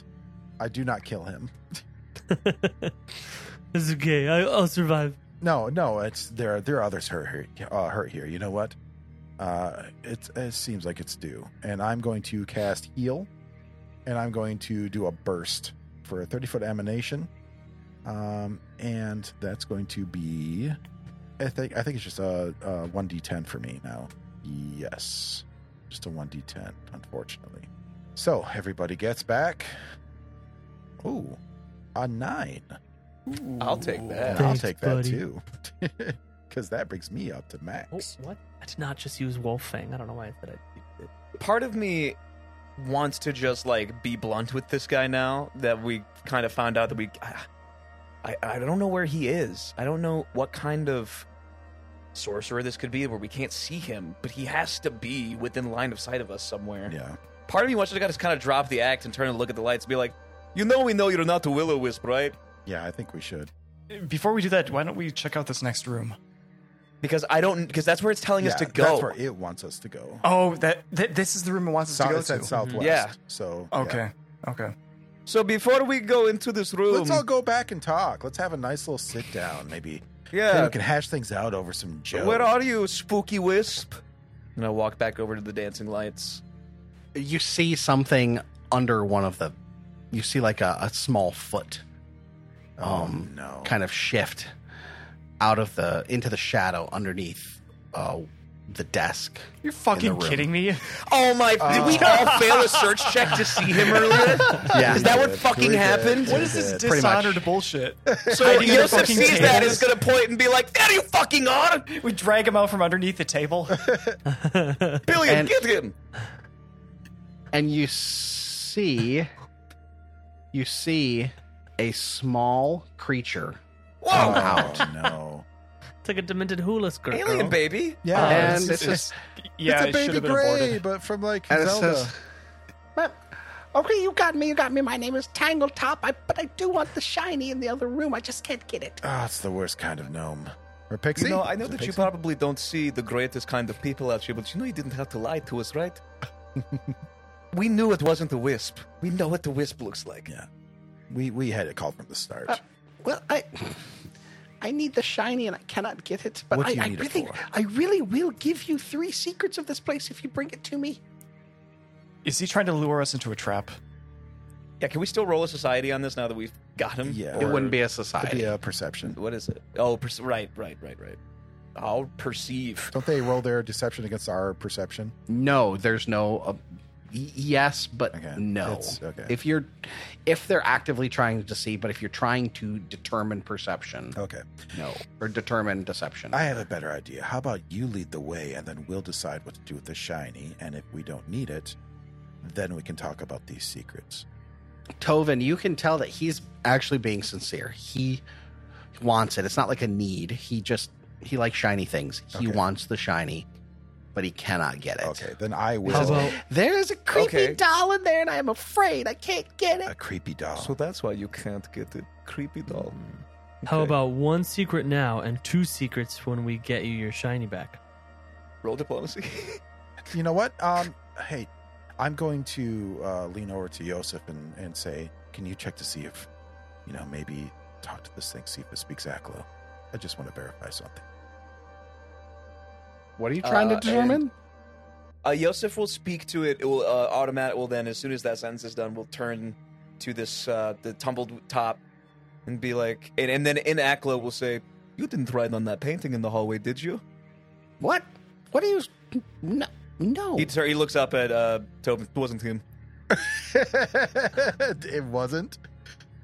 I do not kill him.
It's okay. I, I'll survive.
No, no, it's there are there are others hurt here uh, hurt here. You know what? Uh it, it seems like it's due. And I'm going to cast heal and I'm going to do a burst for a 30 foot emanation. Um and that's going to be I think I think it's just a, a 1d10 for me now. Yes. Just a 1d10, unfortunately. So everybody gets back. Ooh, a nine.
I'll take that.
And I'll
Thanks,
take
buddy.
that too. Because that brings me up to
Oh,
max.
what? I did not just use Wolf Fang. I don't know why I said it.
part of me wants to just like be blunt with this guy now that we kind of found out that we I, I don't know where he is. I don't know what kind of sorcerer this could be where we can't see him, but he has to be within line of sight of us somewhere.
Yeah.
Part of me wants to just kind of drop the act and turn and look at the lights and be like, "You know we know you're not the Willow Wisp, right?"
Yeah, I think we should.
Before we do that, why don't we check out this next room?
Because I don't because that's where it's telling
yeah,
us to go.
That's where it wants us to go.
Oh, that th- this is the room it wants us
South,
to
it's
go
at
to.
Southwest.
Yeah.
So yeah.
Okay. Okay.
so before we go into this room,
Let's all go back and talk. Let's have a nice little sit down. Maybe then
yeah,
we can hash things out over some jokes.
Where are you, spooky wisp? And I walk back over to the dancing lights.
you see something under one of the you see like a, a small foot
Oh,
um,
no.
kind of shift out of the into the shadow underneath uh, the desk
You're
In
fucking
the room.
kidding me?
Oh my!
Uh.
Did we all fail a search check to see him earlier?
yeah
Is that what
did.
fucking
We did.
happened?
What is this
Yeah,
pretty much.
dishonored bullshit?
So
Hiding in the
Yosef
fucking
sees that
tables.
is gonna point and be like, "There you fucking are,
We drag him out from underneath the table.
Billion,
And-
get him!"
and you see you see a small creature
Whoa,
Oh,
out.
no.
It's like a demented hula skirt.
alien
girl.
baby!
Yeah.
Uh,
it's-
and it's, just
Um, yeah, it
it's a
should
baby
have been
gray,
aborted.
but from like
and it
Zelda.
says "Well, okay you got me you got me my name is Tangletop I, but I do want the shiny in the other room I just can't get it
Ah, it's the worst kind of gnome. Or pixie.
You know, I know
Is it
that you
pixie?
probably don't see the greatest kind of people out here, but you know you didn't have to lie to us, right? we knew it wasn't the wisp. We know what the wisp looks like.
Yeah. We we had it called from the start.
Uh, Well, I I need the shiny and I cannot get it, but
What do
I,
you
I
need it
really
for?
I really will give you three secrets of this place if you bring it to me.
Is he trying to lure us into a trap?
Yeah, can we still roll a society on this now that we've got him?
Yeah.
It wouldn't be a
Could be
society.
a perception.
What is it? Oh, perce- right, right, right, right. I'll perceive.
Don't they roll their deception against our perception?
No, there's no. Uh, y- yes, but
Okay.
no.
It's- okay.
If you're, if they're actively trying to deceive, but if you're trying to determine perception,
Okay.
no, or determine deception,
Oh. I have a better idea. How about you lead the way and then we'll decide what to do with the shiny and if we don't need it, then we can talk about these secrets.
Tovin, you can tell that he's actually being sincere. He wants it. It's not like a need. He just he likes shiny things. He
Okay.
wants the shiny, but he cannot get it.
Okay, then I will
How about
There is a creepy
Okay.
doll in there, and I am afraid I can't get
a
it.
creepy doll.
that's why you can't get the creepy doll.
how about one secret now and two secrets when we get you your shiny back?
roll diplomacy?
you know what? Um, hey, I'm going to uh, lean over to Yosef and, and say, can you check to see if, you know, maybe talk to this thing, see if it speaks Aklo? I just want to verify something.
What are you
trying to Uh, and- determine? uh, Yosef will speak to it. It will uh, automatic. Will then, as soon as that sentence is done, will turn to this uh, the tumbled top and be like, and, and then in Akla will say, "You didn't write on that painting in the hallway, did you?"
What? What are you? No, no.
He, tur- he looks up at uh, Tobin. It wasn't him.
it wasn't,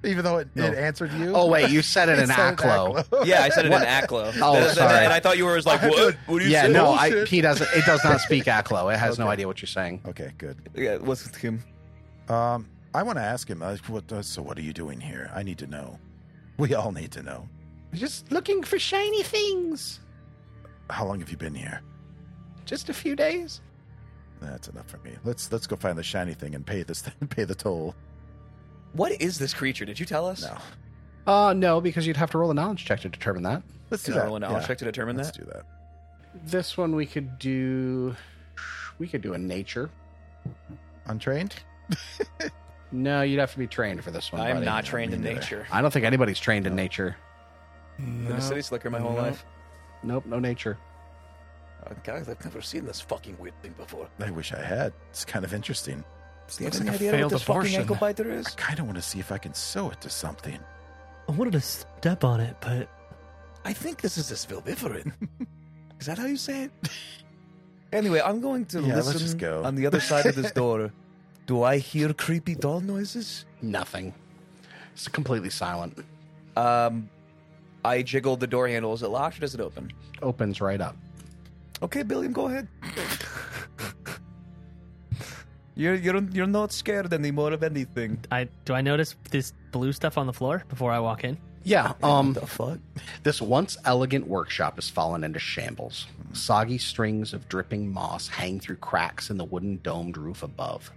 even though it,
No.
it answered you.
oh wait, you said it in
said
Aklo.
Aklo.
Yeah, I said it in
What?
Aklo.
Oh,
And- and-
sorry.
And I thought you were just like,
I
"What?
thought-
What do you
Yeah,
say?" Oh,
no, I,
Bullshit.
he doesn't. It does not speak Aklo. It has no
Okay.
idea what you're saying.
Okay, good.
Yeah, it wasn't him.
Um, I want to ask him. Uh, what, uh, so, what are you doing here? I need to know. We all need to know.
Just looking for shiny things.
How long have you been here?
Just a few days.
That's enough for me. Let's let's go find the shiny thing and pay this pay the toll.
What is this creature? Did you tell us?
No,
Uh, no, because you'd have to roll a knowledge check to determine that.
let's
Can
do
I
that.
roll a knowledge
Yeah,
check to determine
let's
that?
do that.
This one we could do. We could do a nature.
Untrained.
No, you'd have to be trained for this one.
I am
buddy.
not trained in
neither.
nature.
I don't think anybody's trained in nature.
I've been a city slicker my whole
No.
life.
Nope, no nature.
Uh, guys, I've never seen this fucking weird thing before.
I wish I had. It's kind of interesting.
Do you have
Looks
any
like a
idea what
failed
this
abortion.
fucking ankle biter is?
I kind of want to see if I can sew it to something.
I wanted to step on it, but
I think this is a spilviferin. is that how you say it? Anyway, I'm going to
Yeah, let's
listen
just go.
on the other side of this door. Do I hear creepy doll noises?
Nothing. It's completely silent.
Um, I jiggled the door handle. Is it locked or does it open?
Opens right up.
Okay, Billiam, go ahead. you're you're you're not scared anymore of anything.
I do I notice this blue stuff on the floor before I walk in?
Yeah. Um.
What the fuck?
This once elegant workshop has fallen into shambles. Soggy strings of dripping moss hang through cracks in the wooden domed roof above.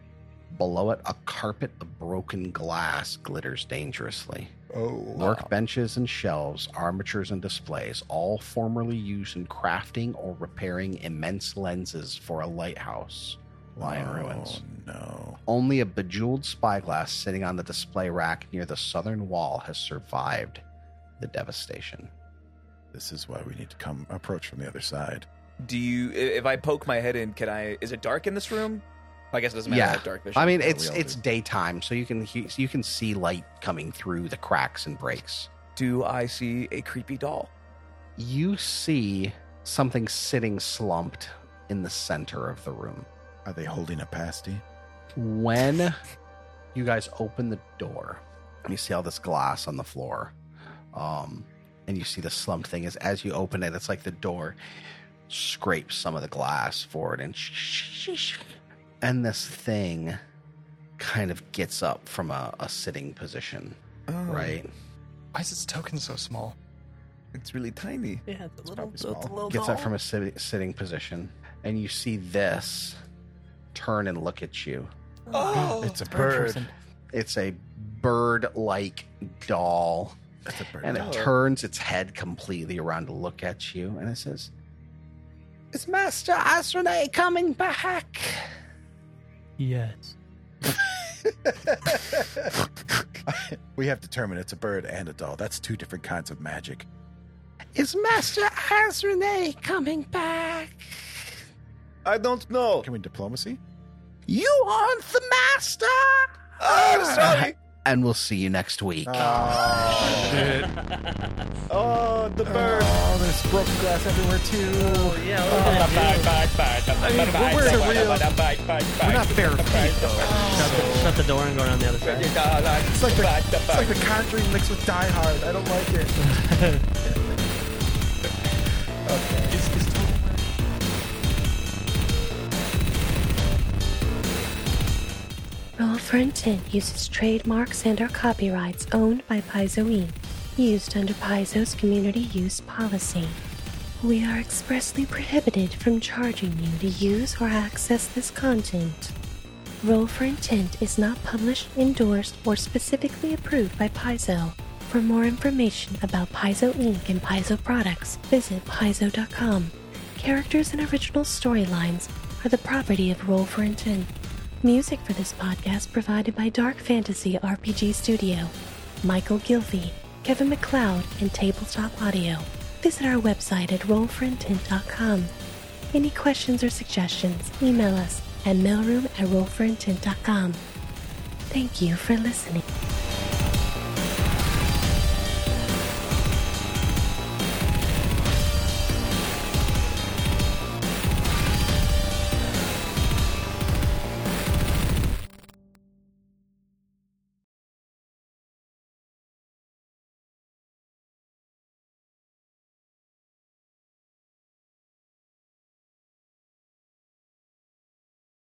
Below it, a carpet of broken glass glitters dangerously.
Oh,
Workbenches and shelves, armatures and displays, all formerly used in crafting or repairing immense lenses for a lighthouse, lie in ruins.
No.
Only a bejeweled spyglass sitting on the display rack near the southern wall has survived the devastation.
This is why we need to come approach from the other side.
Do you? i- If I poke my head in, can I? Is it dark in this room? I guess it doesn't matter.
Yeah.
I have dark vision.
I mean,
Yeah,
it's
we all
it's
do.
daytime, so you can he- you can see light coming through the cracks and breaks.
do I see a creepy doll?
You see something sitting slumped in the center of the room.
Are they holding a pasty?
when you guys open the door and you see all this glass on the floor um, and you see the slumped thing is as you open it it's like the door scrapes some of the glass forward and and this thing kind of gets up from a, a sitting position right
Why is its token so small?
It's really tiny.
Yeah, the
little- probably the small. little
gets up from a sit- sitting position and you see this turn and look at you
Oh,
it's a
bird
bird.
person.
it's a bird like doll
It's a bird.
and
Oh.
it turns its head completely around to look at you and it says it's master asrane coming back
Yes.
we have determined it's a bird and a doll. That's two different kinds of magic.
Is Master Azrene coming back?
I don't know.
Can we diplomacy?
You aren't the master!
I'm sorry.
And we'll see you next week.
Oh,
Oh, the bird.
oh there's broken glass everywhere too.
Oh, yeah. What are we gonna do?
We're not fair feet, though.
Shut the door and go around the other side.
It's like, the, it's like the Conjuring mixed with Die Hard. I don't like it.
Roll for Intent uses trademarks and or copyrights owned by Paizo Inc. Used under Paizo's community use policy. We are expressly prohibited from charging you to use or access this content. Roll for Intent is not published, endorsed, or specifically approved by Paizo. For more information about Paizo Inc. and Paizo products, visit paizo.com. Characters and original storylines are the property of Roll for Intent. Music for this podcast provided by Dark Fantasy RPG Studio, Michael Gilvey, Kevin McLeod, and Tabletop Audio. Visit our website at rollforintent.com. Any questions or suggestions, email us at mailroom at rollforintent.com. Thank you for listening.